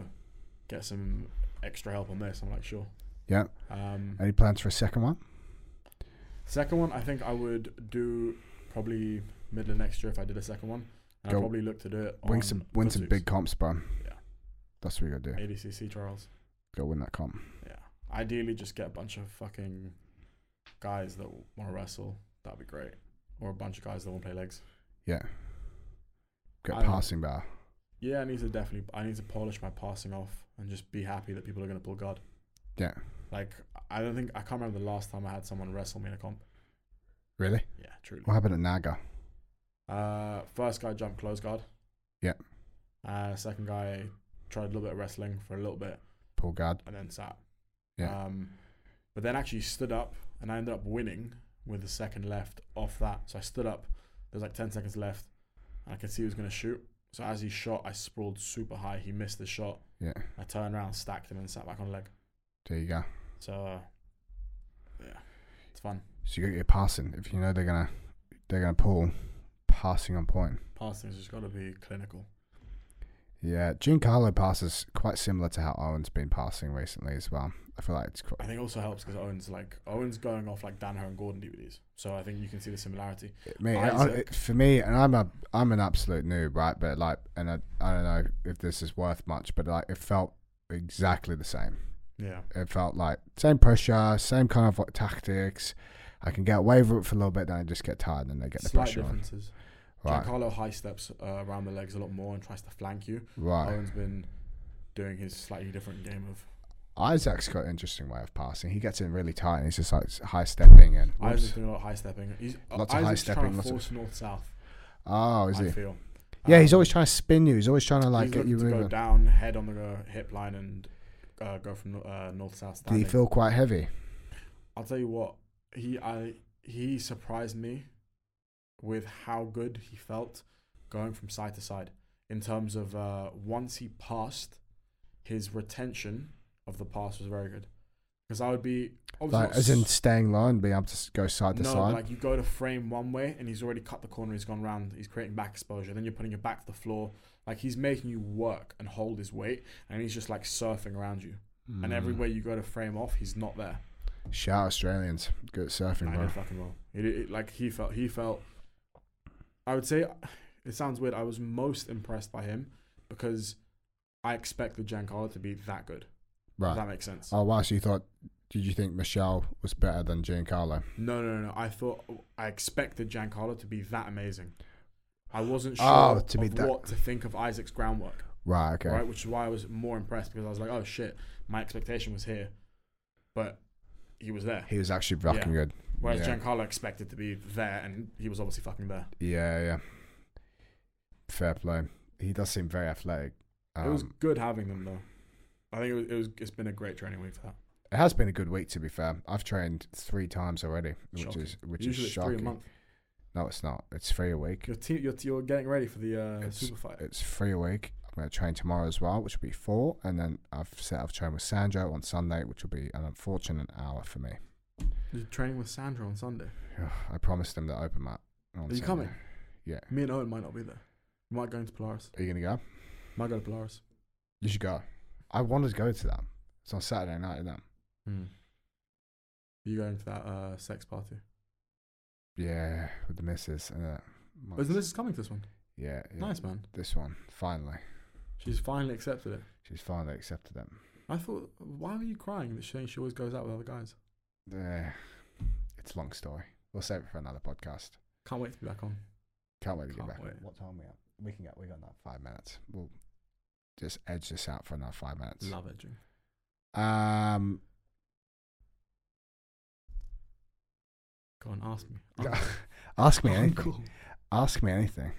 get some extra help on this?" I'm like, "Sure."
Yeah.
Um,
any plans for a second one?
second one, I think I would do probably middle of next year if I did a second one. And
Go.
I probably look to do it.
Win
on
some, win some
Footsoots.
big comps, bro.
Yeah.
that's what you gotta do.
ADCC trials.
Go win that comp.
Yeah. Ideally, just get a bunch of fucking guys that want to wrestle, that'd be great. Or a bunch of guys that want to play legs.
Yeah. Good
I-
passing bar.
Yeah, I need to definitely. I need to polish my passing off and just be happy that people are going to pull guard.
Yeah.
Like I don't think I can't remember the last time I had someone wrestle me in a comp.
Really?
Yeah, truly.
What happened at Naga?
Uh, first guy jumped close guard.
Yeah.
Uh, second guy tried a little bit of wrestling for a little bit
Paul guard.
and then sat.
Yeah.
Um, but then actually stood up and I ended up winning with the second left off that. So I stood up. There's like ten seconds left, and I could see he was going to shoot. So as he shot, I sprawled super high. He missed the shot.
Yeah.
I turned around, stacked him, and sat back on the leg.
There you go.
So uh, yeah, it's fun.
So you got your passing. If you know they're gonna they're gonna pull passing on point.
Passing's just got to be clinical.
Yeah, Giancarlo passes quite similar to how Owen's been passing recently as well. I feel like it's quite,
I think it also helps because Owen's like Owen's going off like Danaher and Gordon DVDs. So I think you can see the similarity.
me, I,
Isaac.
it, for me, and I'm a I'm an absolute noob, right? But like, and I, I don't know if this is worth much, but like, it felt exactly the same.
Yeah,
It felt like same pressure, same kind of like tactics. I can get away with it for a little bit, then I just get tired, and then they get the
slight
pressure on.
differences.
Right,
Giancarlo high steps uh, around the legs a lot more and tries to flank you.
right.
Owen's been doing his slightly different game of.
Isaac's got an interesting way of passing. He gets in really tight, and he's just like high stepping in. Whoops.
Isaac's doing a lot of high stepping. He's
Lots of
lots
high
of high trying
stepping,
to
lots of-
force north south.
Oh, is
I
he?
feel.
Yeah, he's
Um,
always trying to spin you. He's always trying to like
he's
get
looking
you
to go
moving.
down, head on the uh, hip line, and uh, go from uh, north south.
Did he
Standing.
feel quite heavy?
I'll tell you what he I he surprised me with how good he felt going from side to side in terms of uh, once he passed, his retention of the pass was very good. Because I would be obviously
Like,
not
as in
s-
staying low and being able to s- go side to
no,
side.
like you go to frame one way and he's already cut the corner, he's gone round, he's creating back exposure. Then you're putting your back to the floor, like he's making you work and hold his weight, and he's just like surfing around you. And
Mm.
everywhere you go to frame off, he's not there.
Hmm. Shout Australians, good at surfing,
I
bro.
did fucking well. It, it, like he felt, he felt. I would say, it sounds weird. I was most impressed by him because I expected Giancarlo to be that good. Does
Right.
that make sense?
Oh wow. So you thought? Did you think Michelle was better than Giancarlo?
No, no, no, no. I thought I expected Giancarlo to be that amazing. I wasn't sure
Oh, to be
of
that-
what to think of Isaac's groundwork,
Right. Okay.
right? Which is why I was more impressed because I was like, oh shit, my expectation was here, but he was there.
He was actually fucking good.
Whereas
yeah.
Giancarlo expected to be there, and he was obviously fucking there.
yeah. Yeah. Fair play. He does seem very athletic. Um,
it was good having them though. I think it was, it was. It's been a great training week for that.
it has been a good week to be fair. I've trained three times already, which
Shocking.
is which
Usually
is
it's three
shocking.
a month.
No, it's not. It's three a week.
Your team, you're, you're getting ready for the uh,
It's-
super fight.
It's three a week. I'm going to train tomorrow as well, which will be four. And then I've set I've trained with Sanjo on Sunday, which will be an unfortunate hour for me.
You're training with Sandra on Sunday.
I promised him the open mat. On
Are you
Sunday.
coming?
Yeah.
Me and Owen might not be there. We might go into Polaris.
Are you going to go?
Might go to Polaris.
You should go. I wanted to go to that. It's on Saturday night, isn't it? Hmm.
You going to that uh, sex party?
Yeah, with the missus. And, uh,
Oh, isn't this coming to this one?
Yeah, yeah.
Nice man.
This one, finally.
She's finally accepted it.
She's finally accepted it.
I thought, why were you crying that she, she always goes out with other guys?
Yeah. Eh, It's a long story. We'll save it for another podcast.
Can't wait to be back on.
Can't wait to
Can't
get back.
wait.
What time we at? We can get. We got another five minutes. We'll just edge this out for another five minutes.
Love edging.
Um,
Go on, ask me.
Yeah. ask me
I'm
anything.
cool.
Ask me anything.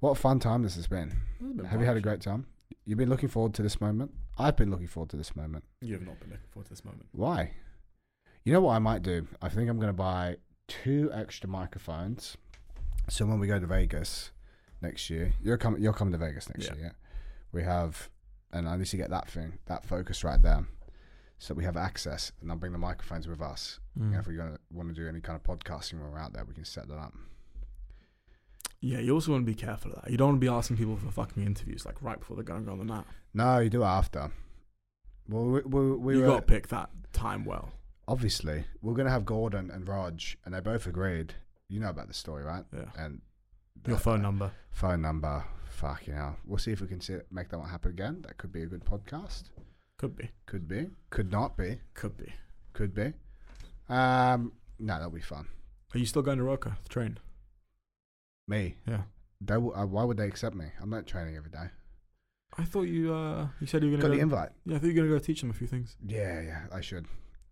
What a fun time this has been.
It's been
Have you had a
fun,
great time? You've been looking forward to this moment. I've been looking forward to this moment.
actually. You have not been looking forward to this moment.
Why? You know what I might do? I think I'm going to buy two extra microphones. So when we go to Vegas next year, you're coming. You're coming to Vegas next
Yeah.
year. Yeah. We have, and I need to get that thing, that focus right there, so that we have access, and I'll bring the microphones with us. And
Mm.
if we're going to want to do any kind of podcasting when we're out there, we can set that up.
Yeah, you also want to be careful of that. You don't want to be asking people for fucking interviews like right before they're going to go on the mat.
No, you do it after. Well, we, we, we
you
were,
got to pick that time well.
obviously we're going to have Gordon and Raj, and they both agreed. You know about the story, right?
Yeah.
And
Your
that-
phone number.
phone number. Fucking hell. We'll see if we can see, make that one happen again. That could be a good podcast.
Could be.
Could be. Could not be.
Could be.
Could be. Um, No, that'll be fun.
Are you still going to Roca the train?
Me.
Yeah.
They will, uh, why would they accept me? I'm not training every day.
I thought you uh you said you were
Got
gonna
the
go,
invite.
yeah I thought you were gonna go teach them a few things.
Yeah, yeah, I should.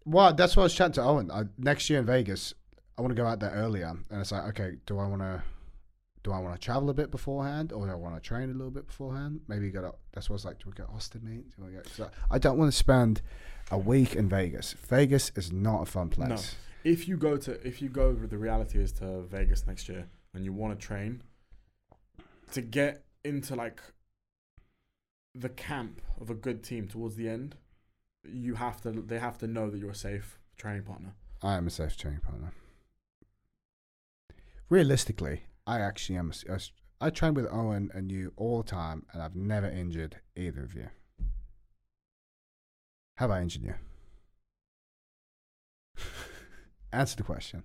Well, that's what I was chatting to Owen. I, next year in Vegas, I want to go out there earlier, and it's like, okay, do I want to, do I want to travel a bit beforehand, or do I want to train a little bit beforehand? Maybe you got to. That's what it's like. Do we go Austin, mate? Do we go? 'cause I, I don't want to spend a week in Vegas. Vegas is not a fun place.
If you go to if you go the reality is to Vegas next year and you want to train to get into like the camp of a good team towards the end, you have to they have to know that you're a safe training partner.
I am a safe training partner. Realistically, I actually am. a s- I s- I train with Owen and you all the time, and I've never injured either of you. Have I injured you? Answer the question.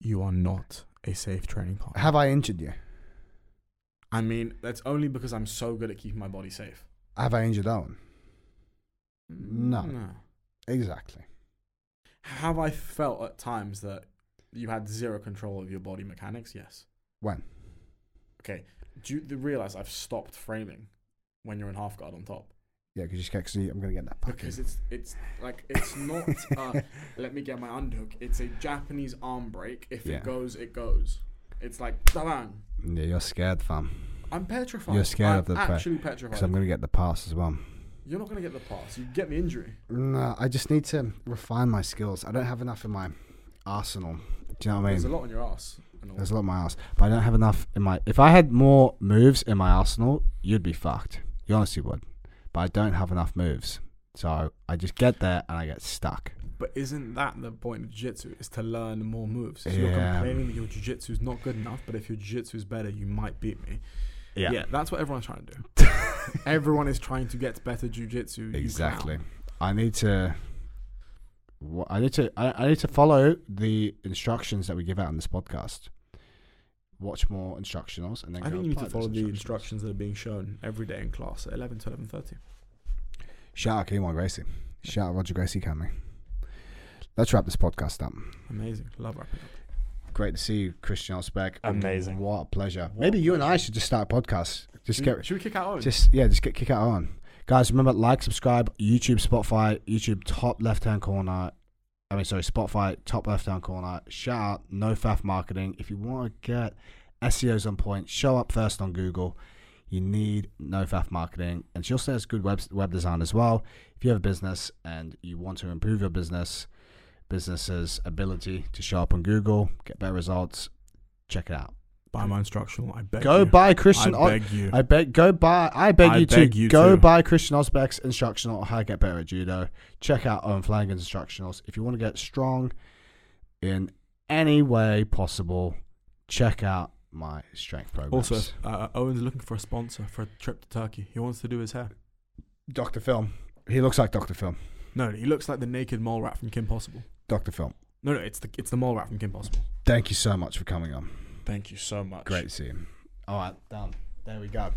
You are not a safe training partner.
Have I injured you?
I mean, that's only because I'm so good at keeping my body safe.
Have I injured Owen? No.
no.
Exactly.
Have I felt at times that you had zero control of your body mechanics? Yes.
When?
Okay. Do you realize I've stopped framing when you're in half guard on top?
Yeah, because you just can't see. I'm gonna get that puck.
Because it's it's like it's not. Uh, let me get my underhook. It's a Japanese arm break. If
Yeah.
it goes, it goes. It's like bang.
yeah, you're scared, fam.
I'm petrified.
You're scared
I'm
of the pre-
actually
Because
petrified.
I'm gonna get the pass as well.
You're not gonna get the pass. You get the injury.
No, I just need to refine my skills. I don't have enough in my arsenal. Do you know what I mean?
There's a lot on your ass. and all.
There's a lot in my arse, but I don't have enough in my. If I had more moves in my arsenal, you'd be fucked. You honestly would. But I don't have enough moves, so I just get there and I get stuck.
But isn't that the point of jiu-jitsu? Is to learn more moves. So You're
Yeah.
complaining that your jiu-jitsu is not good enough, but if your jiu-jitsu is better, you might beat me. Yeah. that's what everyone's trying to do. Everyone is trying to get better jiu-jitsu. you
exactly.
clown.
I need to. wha- I need to. I, I need to follow the instructions that we give out on this podcast. Watch more instructionals, and then go
I think you need
apply
to
those
follow the instructions that are being shown every day in class at 11 to 11.30.
Shout out Kimo Gracie. Shout out Roger Gracie, can we? Let's wrap this podcast up.
Amazing. Love wrapping up.
Great to see you, Christian Elsbeck.
Amazing.
What a pleasure. Maybe you and I should just start a podcast. Just
Should, we-
get
should we kick out Owen?
just yeah, just get kick out on. Guys, remember like, subscribe, YouTube, Spotify, YouTube top left hand corner. I mean sorry, Spotify, top left hand corner. Shout out no faff marketing. If you want to get SEOs on point, show up first on Google. You need no faff marketing. And she also has good web web design as well. If you have a business and you want to improve your business, business's ability to show up on Google, get better results, check it out.
buy my instructional. I beg
Go
you.
buy Christian
I
Ol-
beg you.
I beg go buy. I beg
I
you
beg
to
you
go
to.
buy Christian Osbeck's instructional on how to get better at judo. Check out Owen Flanagan's instructionals if you want to get strong in any way possible. Check out my strength programs.
also, uh, Owen's looking for a sponsor for a trip to Turkey. He wants to do his hair.
Doctor Film. He looks like Doctor Film.
No, he looks like the naked mole rat from Kim Possible.
Doctor Film.
No, no, it's the it's the mole rat from Kim Possible.
Thank you so much for coming on.
Thank you so much.
Great to see you. All right, done. There we go.